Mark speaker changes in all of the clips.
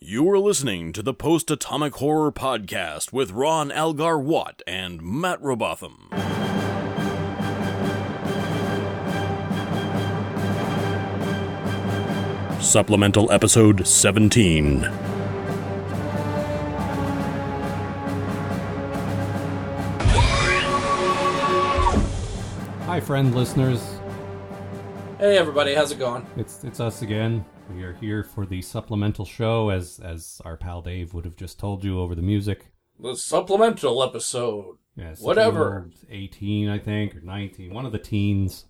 Speaker 1: You are listening to the Post Atomic Horror Podcast with Ron Algar Watt and Matt Robotham. Supplemental Episode 17.
Speaker 2: Hi, friend listeners.
Speaker 3: Hey everybody, how's it going?
Speaker 2: It's it's us again. We are here for the supplemental show, as as our pal Dave would have just told you over the music.
Speaker 3: The supplemental episode.
Speaker 2: Yeah, it's
Speaker 3: Whatever.
Speaker 2: episode Eighteen, I think, or nineteen. One of the teens.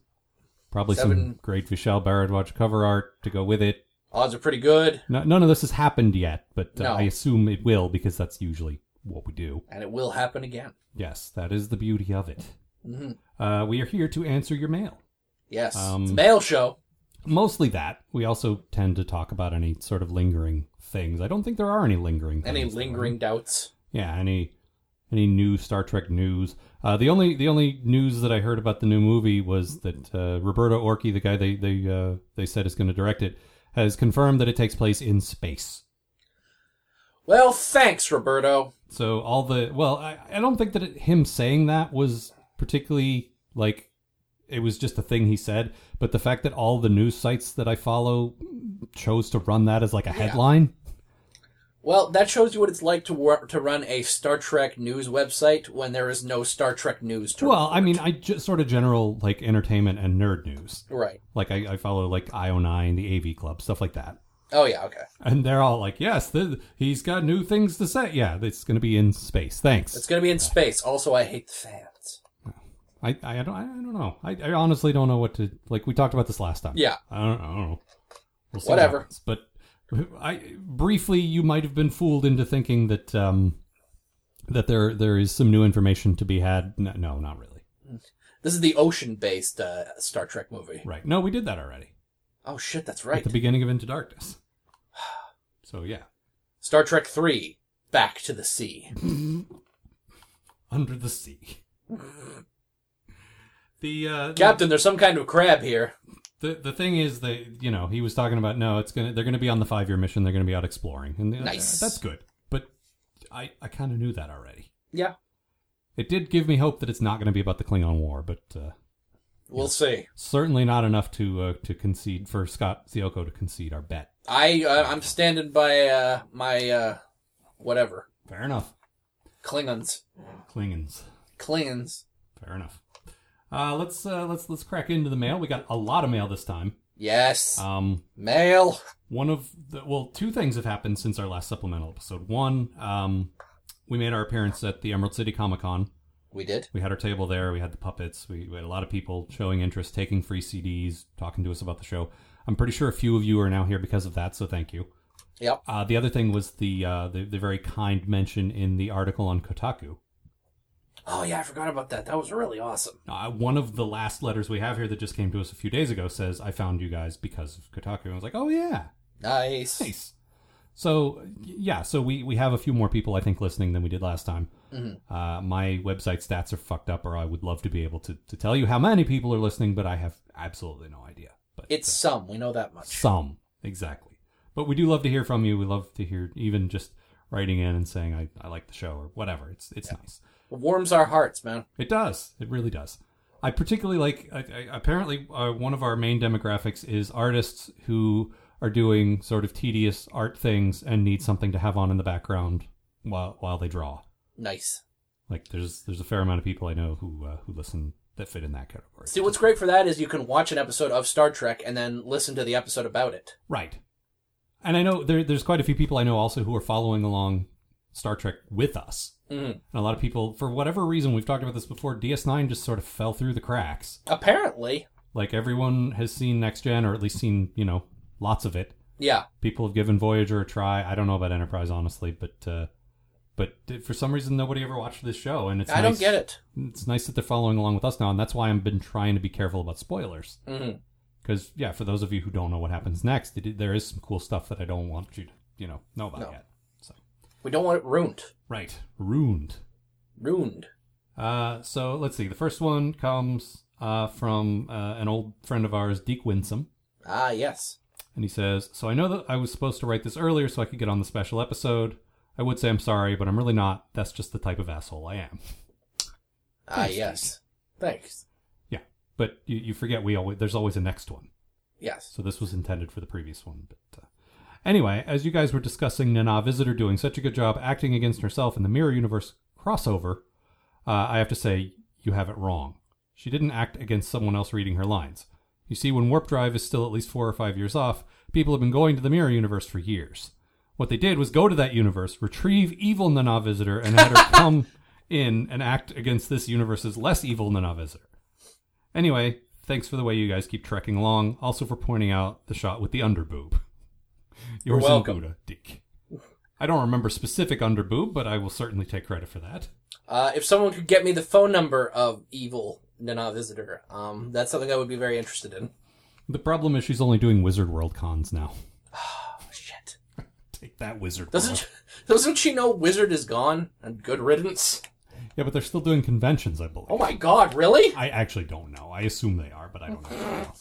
Speaker 2: Probably some
Speaker 3: Seven.
Speaker 2: great Vishal Bharadwaj cover art to go with it.
Speaker 3: Odds are pretty good,
Speaker 2: No, none of this has happened yet, but uh,
Speaker 3: No.
Speaker 2: I assume it will because that's usually what we do.
Speaker 3: and it will happen again.
Speaker 2: Yes, that is the beauty of it.
Speaker 3: Mhm.
Speaker 2: Uh, we are here to answer your mail.
Speaker 3: Yes,
Speaker 2: Um,
Speaker 3: it's a mail show.
Speaker 2: Mostly that. We also tend to talk about any sort of lingering things. I don't think there are any lingering
Speaker 3: Any
Speaker 2: things, though,
Speaker 3: lingering doubts?
Speaker 2: Yeah, any any new Star Trek news? Uh, the only the only news that I heard about the new movie was that uh, Roberto Orci, the guy they they uh, they said is going to direct it, has confirmed that it takes place in space.
Speaker 3: Well, thanks, Roberto.
Speaker 2: So all the well, I, I don't think that it, him saying that was particularly like it was just a thing he said, but the fact that all the news sites that I follow chose to run that as like a headline.
Speaker 3: Well, that shows you what it's like to wor- to run a Star Trek news website when there is no Star Trek news to
Speaker 2: Well, I mean, I just sort of general like entertainment and nerd news.
Speaker 3: right.
Speaker 2: Like I, I follow like IO9, the AV Club, stuff like that,
Speaker 3: Oh yeah, okay.
Speaker 2: and they're all like, "Yes, th- he's got new things to say." Yeah, it's going to be in space. Thanks.
Speaker 3: It's gonna be in space. Also, I hate the fans.
Speaker 2: I, I don't I don't know. I, I honestly don't know what to like. We talked about this last time.
Speaker 3: Yeah.
Speaker 2: I don't, I don't know. We'll see
Speaker 3: Whatever.
Speaker 2: what happens. but I briefly, you might have been fooled into thinking that um that there there is some new information to be had. No, no not really.
Speaker 3: This is the ocean-based uh, Star Trek movie.
Speaker 2: Right? No, we did that already
Speaker 3: Oh shit, that's
Speaker 2: at
Speaker 3: right.
Speaker 2: the beginning of Into Darkness. So yeah,
Speaker 3: Star Trek Three: Back to the Sea.
Speaker 2: under the sea. The uh, the-
Speaker 3: Captain, there's some kind of crab here.
Speaker 2: The the thing is that you know he was talking about no, it's gonna they're gonna be on the five year mission. They're gonna be out exploring, and uh,
Speaker 3: Nice.
Speaker 2: that's good. But I I kind of knew that already.
Speaker 3: Yeah,
Speaker 2: It did give me hope that it's not gonna be about the Klingon War, but uh,
Speaker 3: we'll see.
Speaker 2: certainly not enough to uh, to concede for Scott Zioko to concede our bet.
Speaker 3: I uh, I'm standing by uh, my uh, whatever
Speaker 2: Fair enough,
Speaker 3: Klingons,
Speaker 2: Klingons.
Speaker 3: Klingons.
Speaker 2: Fair enough. Uh, let's uh, let's let's crack into the mail. We got a lot of mail this time.
Speaker 3: Yes,
Speaker 2: Um,
Speaker 3: male.
Speaker 2: One of the well, two things have happened since our last supplemental episode. One, um, we made our appearance at the Emerald City Comic Con.
Speaker 3: We did.
Speaker 2: We had our table there. We had the puppets. We, we had a lot of people showing interest, taking free CDs, talking to us about the show. I'm pretty sure a few of you are now here because of that, so thank you.
Speaker 3: Yep.
Speaker 2: Uh, the other thing was the, uh, the the very kind mention in the article on Kotaku.
Speaker 3: Oh yeah, I forgot about that. That was really awesome.
Speaker 2: Uh, one of the last letters we have here that just came to us a few days ago says, "I found you guys because of Kotaku." And I was like, "Oh yeah,
Speaker 3: Nice.
Speaker 2: Nice. So y- yeah, so we we have a few more people I think listening than we did last time.
Speaker 3: Mm-hmm.
Speaker 2: Uh, my website stats are fucked up, or I would love to be able to to tell you how many people are listening, but I have absolutely no idea. But uh,
Speaker 3: It's some. We know that much.
Speaker 2: some exactly. But we do love to hear from you. We love to hear even just writing in and saying I, I like the show or whatever. It's it's nice.
Speaker 3: It warms our hearts, man.
Speaker 2: It does. It really does. I particularly like. I, I, apparently, uh, one of our main demographics is artists who are doing sort of tedious art things and need something to have on in the background while while they draw.
Speaker 3: Nice.
Speaker 2: Like there's there's a fair amount of people I know who uh, who listen that fit in that category.
Speaker 3: See, what's great for that is you can watch an episode of Star Trek and then listen to the episode about it.
Speaker 2: right. And I know there there's quite a few people I know also who are following along Star Trek with us.
Speaker 3: Mm.
Speaker 2: And a lot of people, for whatever reason, we've talked about this before. DS9 just sort of fell through the cracks.
Speaker 3: Apparently,
Speaker 2: like everyone has seen next gen or at least seen you know lots of it
Speaker 3: yeah.
Speaker 2: people have given voyager a try i don't know about enterprise honestly but uh but for some reason nobody ever watched this show and it's
Speaker 3: I don't
Speaker 2: nice-
Speaker 3: get it.
Speaker 2: it's nice that they're following along with us now and that's why i've been trying to be careful about spoilers
Speaker 3: Mhm.
Speaker 2: because yeah for those of you who don't know what happens next it, there is some cool stuff that i don't want you to you know know about
Speaker 3: No.
Speaker 2: yet so
Speaker 3: We don't want it ruined.
Speaker 2: right ruined
Speaker 3: Ruined.
Speaker 2: uh so let's see the first one comes uh from uh, an old friend of ours deke winsome
Speaker 3: Ah, yes.
Speaker 2: And he says, So I know that I was supposed to write this earlier so I could get on the special episode. I would say I'm sorry, but I'm really not. That's just the type of asshole I am.
Speaker 3: Ah, yes. Thanks.
Speaker 2: Yeah. But you, you forget we always, there's always a next one.
Speaker 3: Yes.
Speaker 2: So this was intended for the previous one. But uh, anyway, as you guys were discussing Nana Visitor doing such a good job acting against herself in the Mirror Universe crossover, uh, I have to say you have it wrong. She didn't act against someone else reading her lines. You see, when Warp Drive is still at least four or five years off, people have been going to the Mirror Universe for years. What they did was go to that universe, retrieve evil Nana Visitor, and had her come in and act against this universe's less evil Nana Visitor. Anyway, thanks for the way you guys keep trekking along. Also for pointing out the shot with the underboob. Yours in
Speaker 3: welcome.
Speaker 2: Gouda, Dick. I don't remember specific underboob, but I will certainly take credit for that.
Speaker 3: Uh, if someone could get me the phone number of evil Nana Visitor, um, that's something I would be very interested in.
Speaker 2: The problem is she's only doing Wizard World cons now.
Speaker 3: Oh, shit. Uh-huh.
Speaker 2: Take that Wizard World.
Speaker 3: Doesn't doesn't she know Wizard is gone and good riddance?
Speaker 2: Yeah, but they're still doing conventions, I believe.
Speaker 3: Oh my god, really?
Speaker 2: I actually don't know. I assume they are, but I don't know.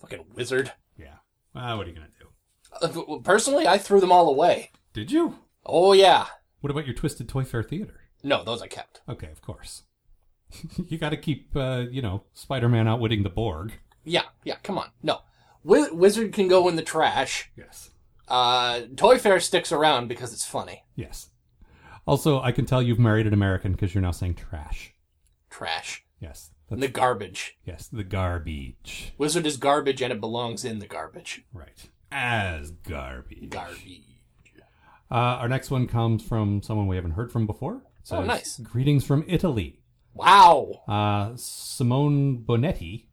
Speaker 3: Fucking Wizard.
Speaker 2: yeah. Uh, what are you gonna do?
Speaker 3: Uh, w- w- Personally, I threw them all away.
Speaker 2: Did you?
Speaker 3: Oh yeah.
Speaker 2: What about your Twisted Toy Fair Theater?
Speaker 3: No, those I kept.
Speaker 2: Okay, of course. you got to keep, uh, you know, Spider-Man outwitting the Borg.
Speaker 3: Yeah, yeah, come on. No. Wi- Wizard can go in the trash.
Speaker 2: Yes.
Speaker 3: Uh, Toy Fair sticks around because it's funny.
Speaker 2: Yes. Also, I can tell you've married an American because you're now saying trash.
Speaker 3: Trash.
Speaker 2: Yes.
Speaker 3: And
Speaker 2: That's,
Speaker 3: the garbage.
Speaker 2: yes, the garbage.
Speaker 3: Wizard is garbage and it belongs in the garbage.
Speaker 2: Right. As garbage.
Speaker 3: Garbage.
Speaker 2: Uh, our next one comes from someone we haven't heard from before. It
Speaker 3: Oh,
Speaker 2: says,
Speaker 3: nice.
Speaker 2: Greetings from Italy.
Speaker 3: Wow.
Speaker 2: Uh, Simone Bonetti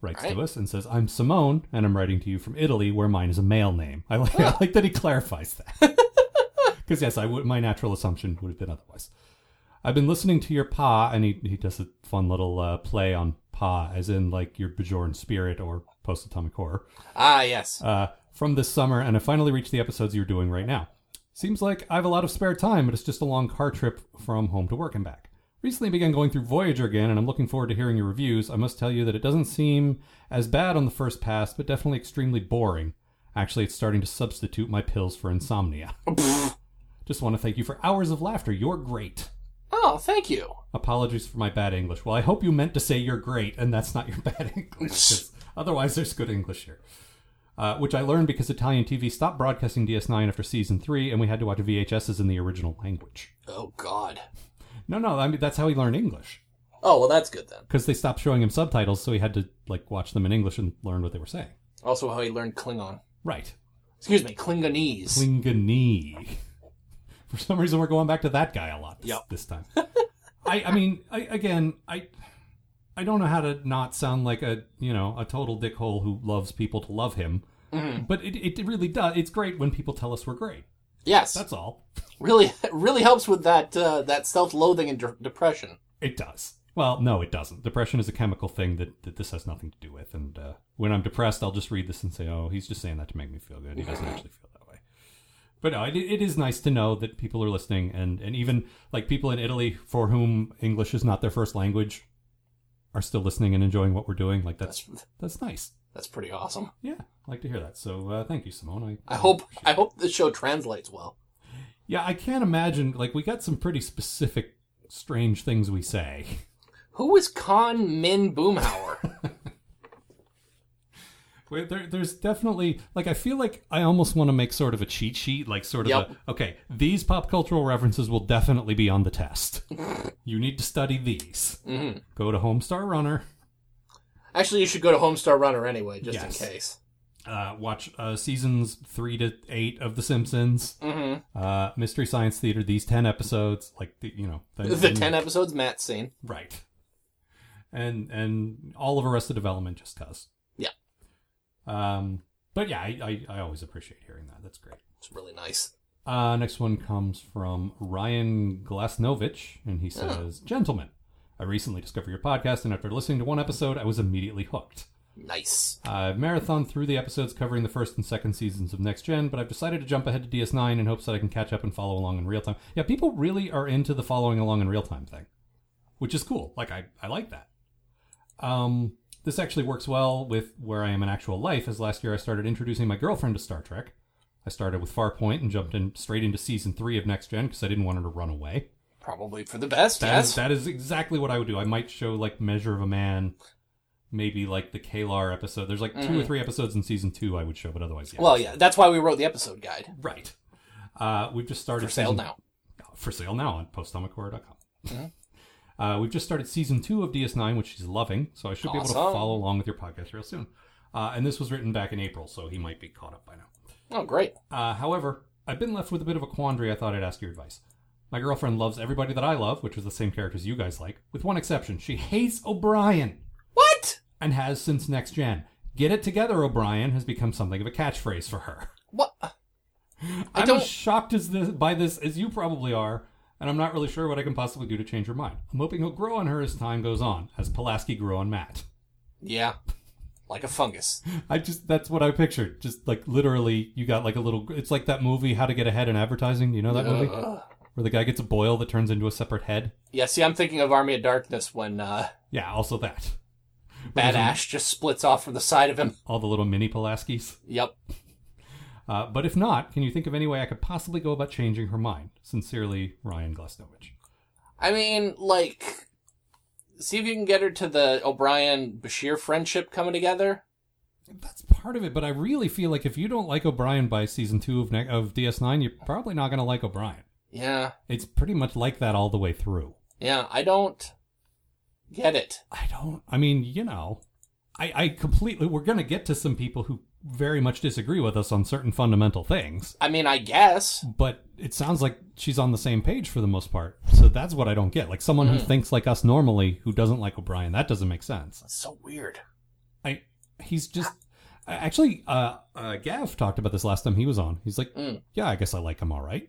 Speaker 2: writes
Speaker 3: Right.
Speaker 2: to us and says, I'm Simone, and I'm writing to you from Italy, where mine is a male name. I like, I like that he clarifies that. Because, yes, I would, my natural assumption would have been otherwise. I've been listening to your pa, and he, he does a fun little uh, play on pa, as in like your Bajoran spirit or post atomic horror
Speaker 3: Ah, yes.
Speaker 2: uh, from this summer, and I finally reached the episodes you're doing right now. Seems like I have a lot of spare time, but it's just a long car trip from home to work and back. Recently began going through Voyager again, and I'm looking forward to hearing your reviews. I must tell you that it doesn't seem as bad on the first pass, but definitely extremely boring. Actually, it's starting to substitute my pills for insomnia. just want to thank you for hours of laughter. You're great.
Speaker 3: Oh, thank you.
Speaker 2: Apologies for my bad English. Well, I hope you meant to say you're great, and that's not your bad English. 'cause Otherwise, there's good English here. Uh, which I learned because Italian TV stopped broadcasting DS9 after season three, and we had to watch VHSs in the original language.
Speaker 3: Oh, God.
Speaker 2: No, no, I mean that's how he learned English
Speaker 3: Oh, well, that's good then.
Speaker 2: because they stopped showing him subtitles, so he had to like watch them in English and learn what they were saying.
Speaker 3: Also, how he learned Klingon.
Speaker 2: Right,
Speaker 3: Excuse me, Klingonese.
Speaker 2: Klingonese. For some reason, we're going back to that guy a lot this,
Speaker 3: Yep.
Speaker 2: this time. I, I mean, I, again, I, I don't know how to not sound like a you know a total dickhole who loves people to love him, but it, it really does. It's great when people tell us we're great.
Speaker 3: yes,
Speaker 2: That's all.
Speaker 3: really, really helps with that uh, that self-loathing and de- depression.
Speaker 2: It does. Well, no, it doesn't. Depression is a chemical thing that, that this has nothing to do with. And uh, when I'm depressed, I'll just read this and say, oh, he's just saying that to make me feel good. He doesn't actually feel that way. But no, it, it is nice to know that people are listening. And, and even like people in Italy for whom English is not their first language are still listening and enjoying what we're doing. Like, that's,
Speaker 3: That's
Speaker 2: that's nice.
Speaker 3: that's pretty awesome.
Speaker 2: Yeah, I like to hear that. So uh, thank you, Simone.
Speaker 3: I hope I hope the show translates well.
Speaker 2: Yeah, I can't imagine. Like, we got some pretty specific, strange things we say.
Speaker 3: Who is Con Min Boomhauer?
Speaker 2: Where there, there's definitely like I feel like I almost want to make sort of a cheat sheet, like sort of
Speaker 3: Yep.
Speaker 2: a okay. These pop cultural references will definitely be on the test. you need to study these. Go to Homestar Runner,
Speaker 3: Mm-hmm. Actually, you should go to Homestar Runner anyway, just
Speaker 2: Yes.
Speaker 3: in case.
Speaker 2: uh, watch uh, seasons three to eight of The Simpsons,
Speaker 3: Mhm.
Speaker 2: uh, Mystery Science Theater. These ten episodes, like the, you know, then-
Speaker 3: The
Speaker 2: then-
Speaker 3: ten episodes Matt's seen.
Speaker 2: right, and and all of Arrested Development just cause.
Speaker 3: Yeah.
Speaker 2: Um. But yeah, I, I I always appreciate hearing that. That's great.
Speaker 3: It's really nice.
Speaker 2: Uh, next one comes from Ryan Glasnovich, and he says, Gentlemen, I recently discovered your podcast, and after listening to one episode, I was immediately hooked.
Speaker 3: Nice.
Speaker 2: I've marathoned through the episodes covering the first and second seasons of Next Gen, but I've decided to jump ahead to DS9 in hopes that I can catch up and follow along in real time. Yeah, people really are into the following along in real time thing, which is cool. Like, I, I like that. Um, this actually works well with where I am in actual life. As last year, I started introducing my girlfriend to Star Trek. I started with Farpoint and jumped in straight into season three of Next Gen because I didn't want her to run away.
Speaker 3: Probably for the best.
Speaker 2: That
Speaker 3: yes.
Speaker 2: is- that is exactly what I would do. I might show like Measure of a Man, maybe like the Kalar episode. There's like two or three episodes in season two I would show, but otherwise, yeah.
Speaker 3: Mm-hmm. well, yeah. That's why we wrote the episode guide
Speaker 2: right. Uh, we've just started
Speaker 3: for sale
Speaker 2: season-
Speaker 3: now.
Speaker 2: for sale now on postdomicora.com.
Speaker 3: Mm-hmm.
Speaker 2: Uh, we've just started season two of DS9, which she's loving, so I should be able to
Speaker 3: Awesome.
Speaker 2: follow along with your podcast real soon. Uh, and this was written back in April, so he might be caught up by now.
Speaker 3: Oh, great.
Speaker 2: Uh, however, I've been left with a bit of a quandary. I thought I'd ask your advice. My girlfriend loves everybody that I love, which is the same characters you guys like, with one exception. She hates O'Brien
Speaker 3: What?
Speaker 2: and has since next gen. Get it together, O'Brien has become something of a catchphrase for her.
Speaker 3: What?
Speaker 2: I'm
Speaker 3: don't-
Speaker 2: as shocked as this, by this as you probably are, and I'm not really sure what I can possibly do to change her mind. I'm hoping he'll grow on her as time goes on, as Pulaski grew on Matt.
Speaker 3: Yeah. Like a fungus.
Speaker 2: I just that's what I pictured. Just like literally, you got like a little. It's like that movie, How to Get Ahead in Advertising. You know that movie
Speaker 3: Ugh.
Speaker 2: where the guy gets a boil that turns into a separate head.
Speaker 3: Uh, Yeah, see, I'm thinking of Army of Darkness when uh,
Speaker 2: Yeah, also that.
Speaker 3: Bad Ash just splits off from the side of him.
Speaker 2: All the little mini Pulaskis.
Speaker 3: Yep.
Speaker 2: Uh, but if not, can you think of any way I could possibly go about changing her mind? Sincerely, Ryan Glusnovich.
Speaker 3: I mean, like, see if you can get her to the O'Brien Bashir friendship coming together.
Speaker 2: That's part of it, but I really feel like if you don't like O'Brien by season two of ne- of DS9, you're probably not going to like O'Brien.
Speaker 3: Yeah.
Speaker 2: It's pretty much like that all the way through.
Speaker 3: Yeah, I don't get it.
Speaker 2: I don't. I mean, you know, I, I completely. We're going to get to some people who very much disagree with us on certain fundamental things,
Speaker 3: I mean, I guess.
Speaker 2: but it sounds like she's on the same page for the most part. So that's what I don't get. Like someone
Speaker 3: Mm-hmm.
Speaker 2: who thinks like us normally, who doesn't like O'Brien, that doesn't make sense.
Speaker 3: It's so weird.
Speaker 2: I he's just I- actually uh, uh Gav talked about this last time he was on. He's like,
Speaker 3: Mm.
Speaker 2: yeah, I guess I like him all right.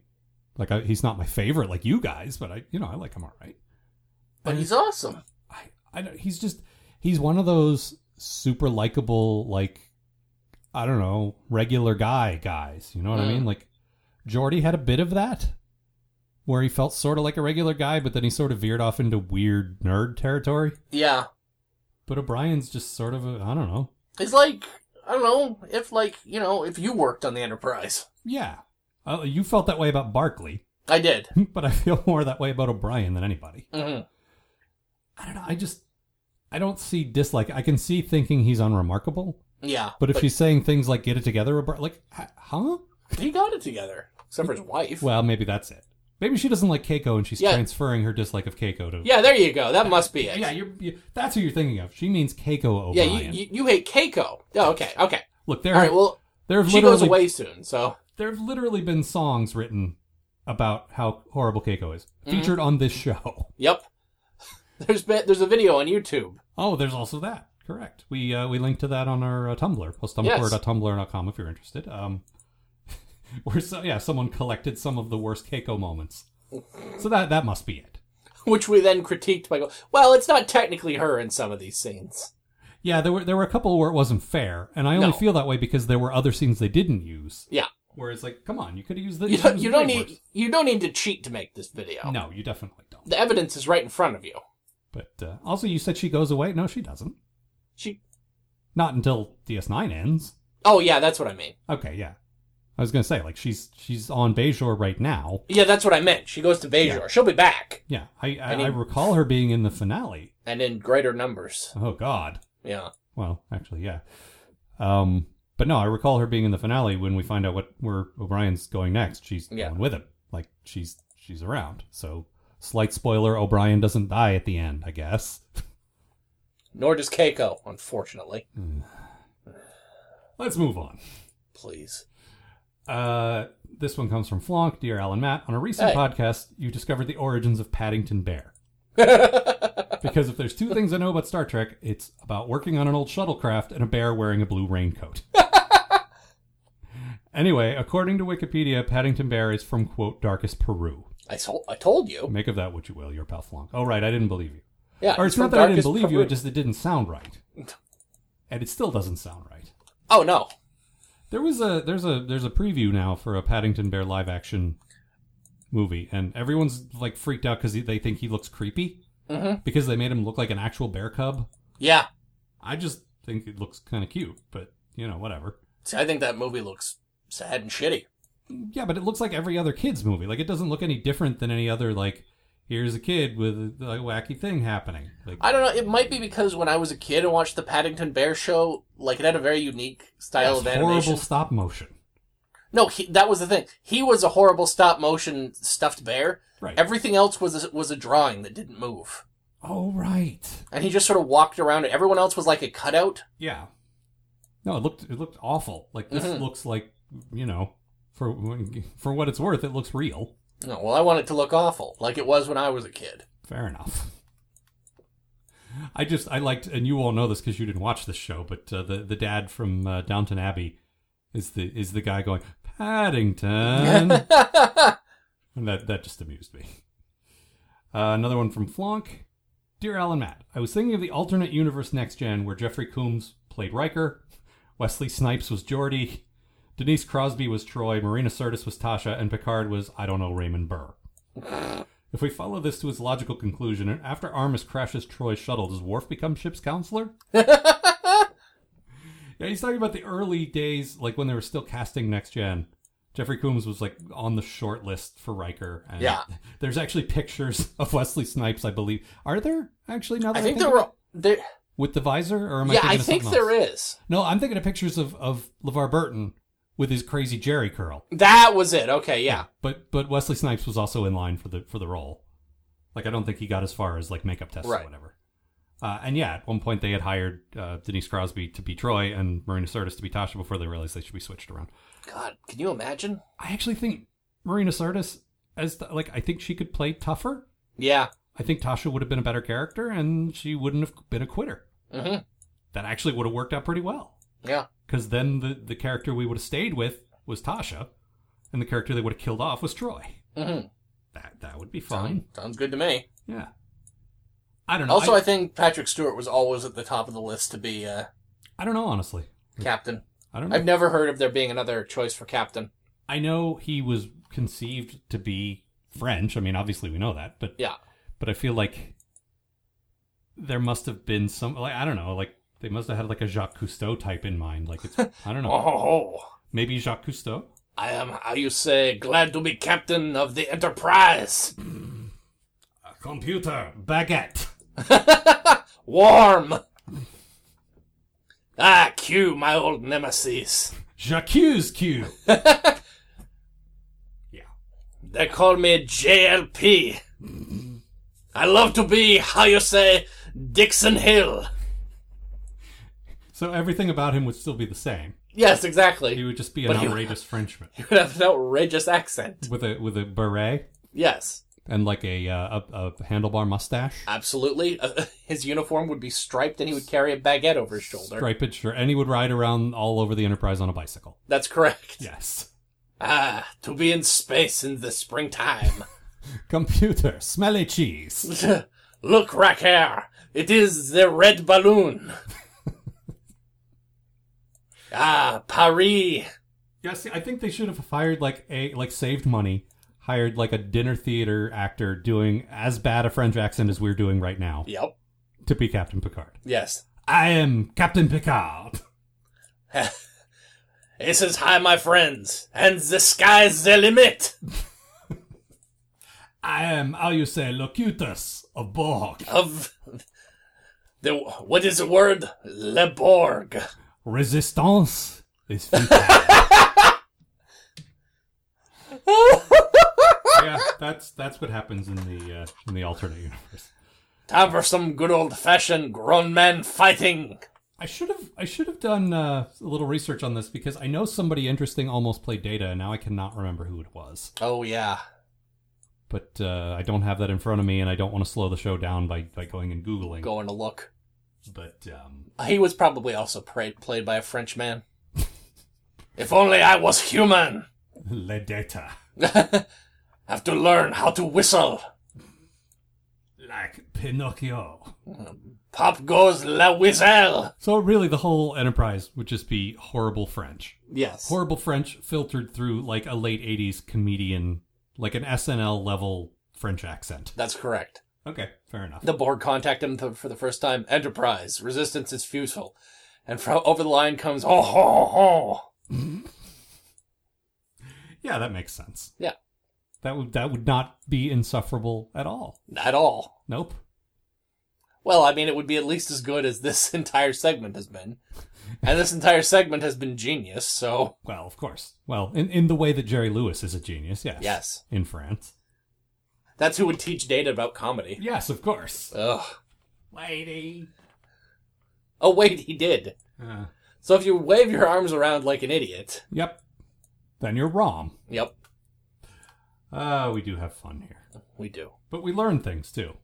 Speaker 2: Like I, he's not my favorite like you guys, but I you know I like him all right.
Speaker 3: But
Speaker 2: And
Speaker 3: he's awesome.
Speaker 2: I, I don't- he's just he's one of those super likable like I don't know regular guy guys. You know what I
Speaker 3: Mm.
Speaker 2: mean? Like Jordy had a bit of that. Where he felt sort of like a regular guy, but then he sort of veered off into weird nerd territory.
Speaker 3: Yeah.
Speaker 2: But O'Brien's just sort of a, I don't know,
Speaker 3: He's like, I don't know, if, like, you know, if you worked on the Enterprise.
Speaker 2: Yeah. Uh, you felt that way about Barkley,
Speaker 3: I did.
Speaker 2: but I feel more that way about O'Brien than anybody.
Speaker 3: Mm-hmm.
Speaker 2: I don't know. I just, I don't see dislike. I can see thinking he's unremarkable,
Speaker 3: Yeah.
Speaker 2: but if she's saying things like "get it together," O'Brien, like, h- huh?
Speaker 3: He got it together. Except for his wife.
Speaker 2: Well, maybe that's it. Maybe she doesn't like Keiko, and she's
Speaker 3: Yeah.
Speaker 2: transferring her dislike of Keiko to.
Speaker 3: yeah, there you go. That must be it.
Speaker 2: yeah. You're, you, that's who you're thinking of. She means Keiko
Speaker 3: Yeah,
Speaker 2: O'Brien.
Speaker 3: you, you, you hate Keiko. Oh, okay, okay.
Speaker 2: Look, there.
Speaker 3: All right, well,
Speaker 2: there have
Speaker 3: she goes
Speaker 2: literally-
Speaker 3: away soon, so.
Speaker 2: There have literally been songs written about how horrible Keiko is,
Speaker 3: Mm-hmm.
Speaker 2: featured on this show.
Speaker 3: Yep. There's been there's a video on YouTube.
Speaker 2: Oh, there's also that. Correct. We uh, we link to that on our uh, Tumblr, postdumbcore.tumblr.com if you're interested. Um, we're so yeah, someone collected some of the worst Keiko moments, so that that must be it.
Speaker 3: which we then critiqued by go, well, it's not technically her in some of these scenes.
Speaker 2: Yeah, there were there were a couple where it wasn't fair, and I only
Speaker 3: No.
Speaker 2: feel that way because there were other scenes they didn't use.
Speaker 3: Yeah.
Speaker 2: Where it's like, come on, you could have used this.
Speaker 3: You don't, you don't need you don't need to cheat to make this video.
Speaker 2: No, you definitely don't.
Speaker 3: The evidence is right in front of you.
Speaker 2: But uh, also, you said she goes away. No, she doesn't.
Speaker 3: She
Speaker 2: Not until DS9 ends.
Speaker 3: Oh yeah, that's what I mean.
Speaker 2: Okay, yeah. I was gonna say like she's she's on Bejor right now.
Speaker 3: Yeah, that's what I meant. She goes to Bejor.
Speaker 2: Yeah.
Speaker 3: She'll be back.
Speaker 2: Yeah, I I,
Speaker 3: I mean-
Speaker 2: I recall her being in the finale.
Speaker 3: And in greater numbers.
Speaker 2: Oh God.
Speaker 3: Yeah.
Speaker 2: Well, actually, yeah. Um, but no, I recall her being in the finale when we find out what where O'Brien's going next. She's
Speaker 3: Yeah.
Speaker 2: going with him. Like she's she's around. So slight spoiler: O'Brien doesn't die at the end. I guess.
Speaker 3: Nor does Keiko, unfortunately.
Speaker 2: Let's move on.
Speaker 3: Please.
Speaker 2: Uh, this one comes from Flonk, dear Alan Matt. On a recent
Speaker 3: Hey.
Speaker 2: podcast, you discovered the origins of Paddington Bear. because if there's two things I know about Star Trek, it's about working on an old shuttlecraft and a bear wearing a blue raincoat. anyway, according to Wikipedia, Paddington Bear is from quote darkest Peru.
Speaker 3: I told I told you.
Speaker 2: Make of that what you will, your pal Flonk. Oh right, I didn't believe you.
Speaker 3: Oh. Yeah.
Speaker 2: Or it's
Speaker 3: from
Speaker 2: not that I didn't
Speaker 3: darkest
Speaker 2: believe you,
Speaker 3: Peru.
Speaker 2: it just it didn't sound right. And it still doesn't sound right.
Speaker 3: Oh no.
Speaker 2: There was a there's a there's a preview now for a Paddington Bear live action movie, and everyone's like freaked out because they think he looks creepy
Speaker 3: Mhm.
Speaker 2: because they made him look like an actual bear cub.
Speaker 3: Yeah.
Speaker 2: I just think it looks kind of cute, but you know, whatever.
Speaker 3: See, I think that movie looks sad and shitty.
Speaker 2: Yeah, but it looks like every other kids movie. Like it doesn't look any different than any other like here's a kid with a, a wacky thing happening. Like
Speaker 3: I don't know. It might be because when I was a kid and watched the Paddington Bear show, like it had a very unique style
Speaker 2: it's
Speaker 3: of animation.
Speaker 2: horrible stop motion.
Speaker 3: No, he, that was the thing. He was a horrible stop motion stuffed bear.
Speaker 2: Right.
Speaker 3: Everything else was a, was a drawing that didn't move,
Speaker 2: oh right.
Speaker 3: and he just sort of walked around. it. Everyone else was like a cutout.
Speaker 2: Yeah. No, it looked it looked awful. Like this
Speaker 3: Mhm.
Speaker 2: looks like you know, for for what it's worth, it looks real.
Speaker 3: No, well, I want it to look awful, like it was when I was a kid.
Speaker 2: Fair enough. I just I liked, and you all know this because you didn't watch this show, but uh, the the dad from uh, Downton Abbey is the is the guy going Paddington, and that that just amused me. Uh, another one from Flonk. Dear Alan Matt, I was thinking of the alternate universe next gen where Jeffrey Coombs played Riker, Wesley Snipes was Geordi, Denise Crosby was Troy, Marina Sirtis was Tasha, and Picard was I don't know Raymond Burr. If we follow this to its logical conclusion, and after Armis crashes Troy's shuttle, does Worf become ship's counselor? yeah, he's talking about the early days, like when they were still casting Next Gen. Jeffrey Coombs was like on the short list for Riker. And
Speaker 3: Yeah.
Speaker 2: There's actually pictures of Wesley Snipes, I believe. Are there actually? Now that
Speaker 3: I think
Speaker 2: there
Speaker 3: there were there.
Speaker 2: with the visor, or am I?
Speaker 3: Yeah,
Speaker 2: thinking
Speaker 3: I
Speaker 2: of
Speaker 3: think
Speaker 2: something else?
Speaker 3: there is.
Speaker 2: No, I'm thinking of pictures of of LeVar Burton with his crazy Jerry curl.
Speaker 3: That was it. Okay, yeah.
Speaker 2: But but Wesley Snipes was also in line for the for the role. Like I don't think he got as far as like makeup tests
Speaker 3: Right.
Speaker 2: or whatever. Uh, and yeah, at one point they had hired uh, Denise Crosby to be Troy and Marina Sirtis to be Tasha before they realized they should be switched around.
Speaker 3: God, can you imagine?
Speaker 2: I actually think Marina Sirtis as the, like I think she could play tougher.
Speaker 3: Yeah.
Speaker 2: I think Tasha would have been a better character and she wouldn't have been a quitter.
Speaker 3: hmm
Speaker 2: That actually would have worked out pretty well
Speaker 3: Yeah.
Speaker 2: because then the the character we would have stayed with was Tasha, and the character they would have killed off was Troy.
Speaker 3: hmm
Speaker 2: That that would be fine.
Speaker 3: Sounds good to me.
Speaker 2: Yeah. I don't know.
Speaker 3: Also, I,
Speaker 2: I,
Speaker 3: think Patrick Stewart was always at the top of the list to be uh,
Speaker 2: I don't know, honestly.
Speaker 3: captain.
Speaker 2: I don't know.
Speaker 3: I've never heard of there being another choice for captain.
Speaker 2: I know he was conceived to be French. I mean, obviously we know that, but
Speaker 3: Yeah.
Speaker 2: but I feel like there must have been some. Like, I don't know. Like they must have had like a Jacques Cousteau type in mind. Like it's I don't know.
Speaker 3: Oh,
Speaker 2: Maybe Jacques Cousteau.
Speaker 3: I am, how you say, glad to be captain of the Enterprise.
Speaker 2: A computer baguette.
Speaker 3: Warm. Ah, Q, my old nemesis.
Speaker 2: Jacques Q. yeah.
Speaker 3: They call me JLP. I love to be, how you say, Dixon Hill.
Speaker 2: So everything about him would still be the same.
Speaker 3: Yes, exactly.
Speaker 2: He
Speaker 3: You
Speaker 2: would just be an
Speaker 3: But he-
Speaker 2: outrageous Frenchman
Speaker 3: would have an outrageous accent.
Speaker 2: with a with a beret
Speaker 3: Yes,
Speaker 2: and like a uh, a, a handlebar mustache.
Speaker 3: absolutely. Uh, his uniform would be striped and he would carry a baguette over his shoulder.
Speaker 2: striped shirt, and he would ride around all over the Enterprise on a bicycle.
Speaker 3: That's correct.
Speaker 2: Yes.
Speaker 3: Ah, to be in space in the springtime.
Speaker 2: Computer, smelly cheese.
Speaker 3: Look, Racker, it is the red balloon. ah, Paris.
Speaker 2: Yeah, see, I think they should have hired like a like saved money, hired like a dinner theater actor doing as bad a French accent as we're doing right now
Speaker 3: Yep.
Speaker 2: to be Captain Picard.
Speaker 3: Yes.
Speaker 2: I am Captain Picard.
Speaker 3: It says hi, my friends, and the sky's the limit.
Speaker 2: I am how you say locutus of Borg,
Speaker 3: Of the what is the word? Leborg.
Speaker 2: resistance. Is futile. yeah, that's that's what happens in the uh, in the alternate universe.
Speaker 3: Time for some good old fashioned grown man fighting.
Speaker 2: I should have I should have done uh, a little research on this because I know somebody interesting almost played Data, and now I cannot remember who it was.
Speaker 3: Oh yeah.
Speaker 2: But uh, I don't have that in front of me, and I don't want to slow the show down by, by going and googling.
Speaker 3: Going to look.
Speaker 2: But um,
Speaker 3: He was probably also pra- played by a French man. if only I was human.
Speaker 2: Le Data,
Speaker 3: Have to learn how to whistle.
Speaker 2: like Pinocchio.
Speaker 3: Pop goes la whistle.
Speaker 2: So really, the whole Enterprise would just be horrible French,
Speaker 3: Yes.
Speaker 2: horrible French filtered through like a late '80s comedian, like an SNL level French accent.
Speaker 3: That's correct.
Speaker 2: Okay, fair enough.
Speaker 3: The Borg contact him th- for the first time. Enterprise, resistance is futile. And from over the line comes, oh, ho, ho.
Speaker 2: Yeah, that makes sense.
Speaker 3: Yeah.
Speaker 2: That would that would not be insufferable at all.
Speaker 3: At all.
Speaker 2: Nope.
Speaker 3: Well, I mean, it would be at least as good as this entire segment has been. And this entire segment has been genius, so.
Speaker 2: Well, of course. Well, in, in the way that Jerry Lewis is a genius, yes.
Speaker 3: Yes.
Speaker 2: In France.
Speaker 3: That's who would teach Data about comedy.
Speaker 2: Yes, of course.
Speaker 3: Ugh.
Speaker 2: Lady.
Speaker 3: Oh, wait, he did.
Speaker 2: Uh,
Speaker 3: So if you wave your arms around like an idiot.
Speaker 2: yep. Then you're wrong.
Speaker 3: Yep,
Speaker 2: Uh, we do have fun here.
Speaker 3: we do.
Speaker 2: But we learn things too.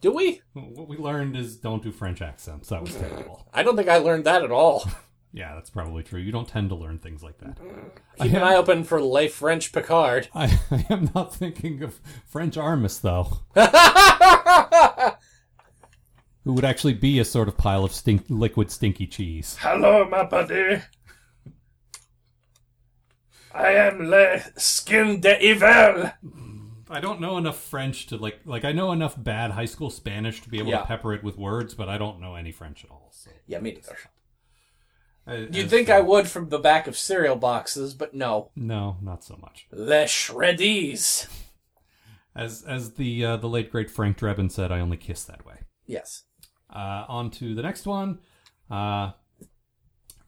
Speaker 3: Do we?
Speaker 2: What we learned is don't do French accents. That was terrible.
Speaker 3: I don't think I learned that at all.
Speaker 2: Yeah, that's probably true. You don't tend to learn things like that.
Speaker 3: Keep an eye open for Le French Picard.
Speaker 2: I, I am not thinking of French Armistice, though, who would actually be a sort of pile of stink, liquid, stinky cheese.
Speaker 3: Hello, my buddy. I am Le Skin de Evil.
Speaker 2: I don't know enough French to like. Like I know enough bad high school Spanish to be able
Speaker 3: Yeah.
Speaker 2: to pepper it with words, but I don't know any French at all. So
Speaker 3: Yeah, me neither.
Speaker 2: I,
Speaker 3: You'd think I would from the back of cereal boxes, but no.
Speaker 2: No, not so much.
Speaker 3: Le Shreddies.
Speaker 2: As as the uh, the late great Frank Drebin said, I only kiss that way.
Speaker 3: Yes.
Speaker 2: Uh, on to the next one. Uh,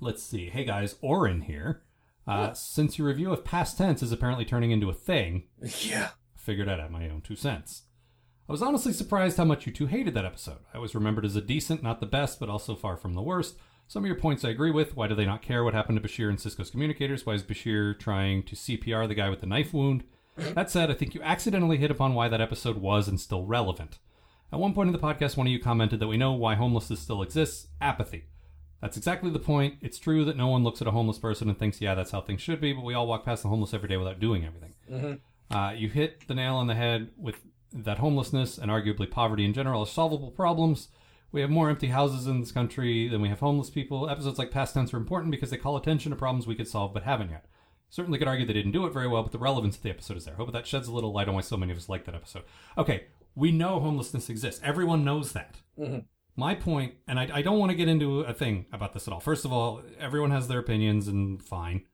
Speaker 2: let's see. Hey guys, Orin here. Uh, Since your review of past tense is apparently turning into a thing,
Speaker 3: Yeah.
Speaker 2: I figured I'd add my own two cents. I was honestly surprised how much you two hated that episode. I was remembered as a decent, not the best, but also far from the worst. Some of your points I agree with. Why do they not care what happened to Bashir and Cisco's communicators? Why is Bashir trying to CPR the guy with the knife wound? That said, I think you accidentally hit upon why that episode was and still relevant. At one point in the podcast, one of you commented that we know why homelessness still exists apathy. That's exactly the point. It's true that no one looks at a homeless person and thinks, yeah, that's how things should be, but we all walk past the homeless every day without doing everything. Uh, you hit the nail on the head with that homelessness and arguably poverty in general are solvable problems. We have more empty houses in this country than we have homeless people. Episodes like Past Tense are important because they call attention to problems we could solve but haven't yet. Certainly could argue they didn't do it very well, but the relevance of the episode is there. Hope that sheds a little light on why so many of us like that episode. Okay, we know homelessness exists. Everyone knows that.
Speaker 3: Mm-hmm.
Speaker 2: My point, and I, I don't want to get into a thing about this at all. First of all, everyone has their opinions, and fine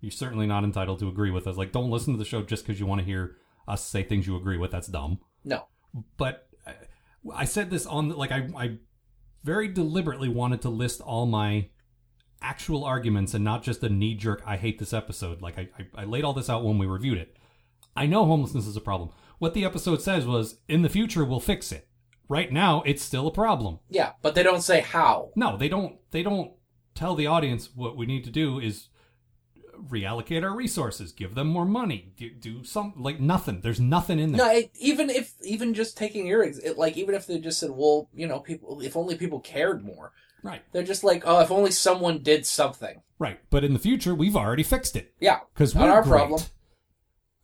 Speaker 2: you're certainly not entitled to agree with us. Like, don't listen to the show just because you want to hear us say things you agree with. That's dumb.
Speaker 3: No.
Speaker 2: But I, I said this on the, like I, I very deliberately wanted to list all my actual arguments and not just a knee jerk. I hate this episode. Like I, I, I laid all this out when we reviewed it. I know homelessness is a problem. What the episode says was, in the future we'll fix it. Right now, it's still a problem.
Speaker 3: Yeah, but they don't say how.
Speaker 2: No, they don't. They don't tell the audience what we need to do is reallocate our resources, give them more money, do, do some like nothing. There's nothing in there.
Speaker 3: No, it, even if even just taking your ex- it, like even if they just said, well, you know, people if only people cared more.
Speaker 2: Right,
Speaker 3: They're just like, oh, if only someone did something.
Speaker 2: right. But in the future, we've already fixed it
Speaker 3: Yeah,
Speaker 2: because
Speaker 3: not
Speaker 2: we're
Speaker 3: our
Speaker 2: great.
Speaker 3: problem.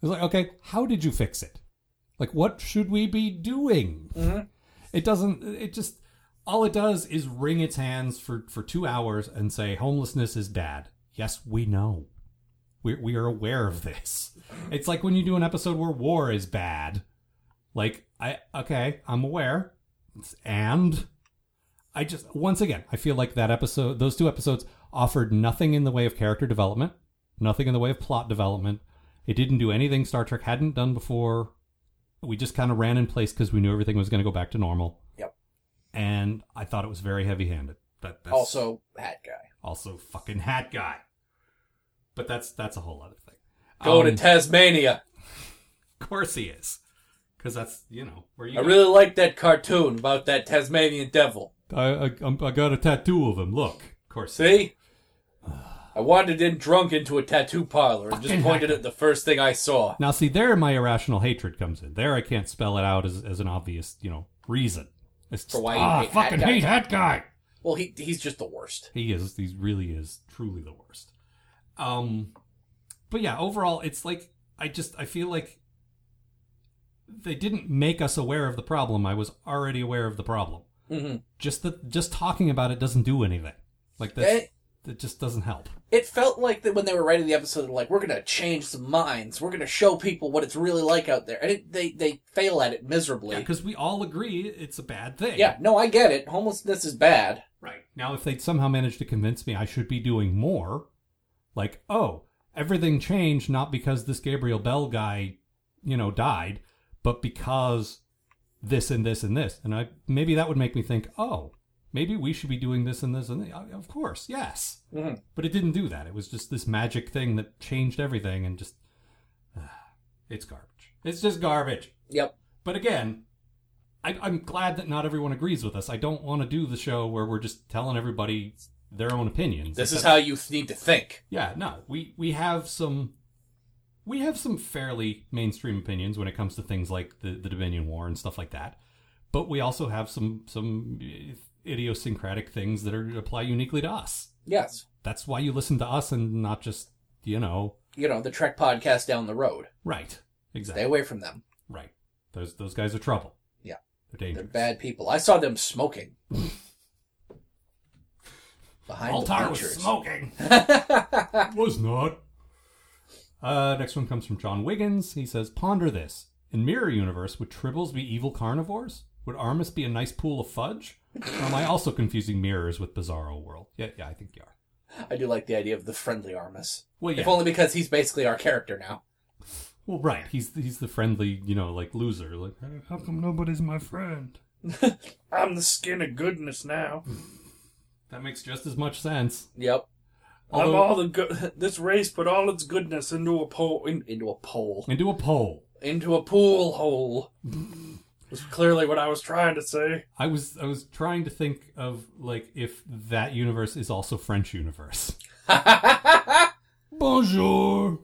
Speaker 2: It's like, okay, how did you fix it? Like, what should we be doing?
Speaker 3: Mm-hmm.
Speaker 2: It doesn't. It just all it does is wring its hands for for two hours and say homelessness is bad. Yes, we know. We we are aware of this. It's like when you do an episode where war is bad. Like I okay, I'm aware, It's- and I just once again I feel like that episode, those two episodes offered nothing in the way of character development, nothing in the way of plot development. It didn't do anything Star Trek hadn't done before. We just kind of ran in place because we knew everything was going to go back to normal.
Speaker 3: Yep.
Speaker 2: And I thought it was very heavy-handed. That, that's
Speaker 3: Also, hat guy.
Speaker 2: also fucking hat guy. But that's that's a whole other thing.
Speaker 3: Go to
Speaker 2: Um,
Speaker 3: Tasmania.
Speaker 2: of course he is, because that's you know where you.
Speaker 3: I
Speaker 2: go.
Speaker 3: really like that cartoon about that Tasmanian devil.
Speaker 2: I, I I'm- I got a tattoo of him. Look, of course.
Speaker 3: See? I wandered in drunk into a tattoo parlor and just
Speaker 2: Fucking
Speaker 3: pointed
Speaker 2: hacker.
Speaker 3: at the first thing I saw.
Speaker 2: Now, see, there my irrational hatred comes in. There I can't spell it out as, as an obvious, you know, reason. It's just,
Speaker 3: For why you
Speaker 2: ah,
Speaker 3: hate
Speaker 2: fucking
Speaker 3: that guy."
Speaker 2: hate that guy.
Speaker 3: Well, he he's just the worst.
Speaker 2: He is. He really is truly the worst. Um, but yeah, overall, it's like I just I feel like they didn't make us aware of the problem. I was already aware of the problem.
Speaker 3: hmm
Speaker 2: Just that just talking about it doesn't do anything. Like that's
Speaker 3: And,
Speaker 2: it just doesn't help.
Speaker 3: It felt like that when they were writing the episode, they're like, we're going to change some minds. We're going to show people what it's really like out there. And it, they, they fail at it miserably. Yeah,
Speaker 2: Because we all agree it's a bad thing.
Speaker 3: no, I get it. Homelessness is bad.
Speaker 2: Right. Now, if they'd somehow managed to convince me I should be doing more, like, oh, everything changed not because this Gabriel Bell guy, you know, died, but because this and this and this. And I maybe that would make me think, oh, maybe we should be doing this and this and that. Of course, yes.
Speaker 3: Mhm.
Speaker 2: But it didn't do that. It was just this magic thing that changed everything and just. uh, it's garbage. It's just garbage.
Speaker 3: Yep.
Speaker 2: But again, I, I'm glad that not everyone agrees with us. I don't want to do the show where we're just telling everybody their own opinions.
Speaker 3: This is
Speaker 2: That's-
Speaker 3: how you need to think.
Speaker 2: Yeah, no, we we have some. We have some fairly mainstream opinions when it comes to things like the, the Dominion War and stuff like that, but we also have some some idiosyncratic things that are apply uniquely to us.
Speaker 3: Yes.
Speaker 2: That's why you listen to us and not just you know
Speaker 3: You know, the Trek podcast down the road.
Speaker 2: right
Speaker 3: Stay
Speaker 2: exactly
Speaker 3: away from them.
Speaker 2: right. Those those guys are trouble.
Speaker 3: Yeah.
Speaker 2: they're dangerous.
Speaker 3: They're bad people. I saw them smoking. Behind
Speaker 2: Altar
Speaker 3: the
Speaker 2: was
Speaker 3: bleachers.
Speaker 2: smoking. was not. Uh, next one comes from John Wiggins. He says, "Ponder this: In Mirror Universe, would Tribbles be evil carnivores? Would Armus be a nice pool of fudge? Or am I also confusing mirrors with Bizarro World? Yeah, yeah, I think you are.
Speaker 3: I do like the idea of the friendly Armus.
Speaker 2: Well, yeah.
Speaker 3: If only because he's basically our character now.
Speaker 2: well, right. He's he's the friendly, you know, like loser. Like, how come nobody's my friend?
Speaker 4: I'm the skin of goodness now.
Speaker 2: That makes just as much sense.
Speaker 3: Yep.
Speaker 2: Although-
Speaker 4: I'm all the good. This race put all its goodness into a pole. In-
Speaker 3: Into a pole.
Speaker 2: And do a poll.
Speaker 3: Into a pool hole.
Speaker 4: was clearly what I was trying to say.
Speaker 2: I was I was trying to think of like if that universe is also French universe. Bonjour.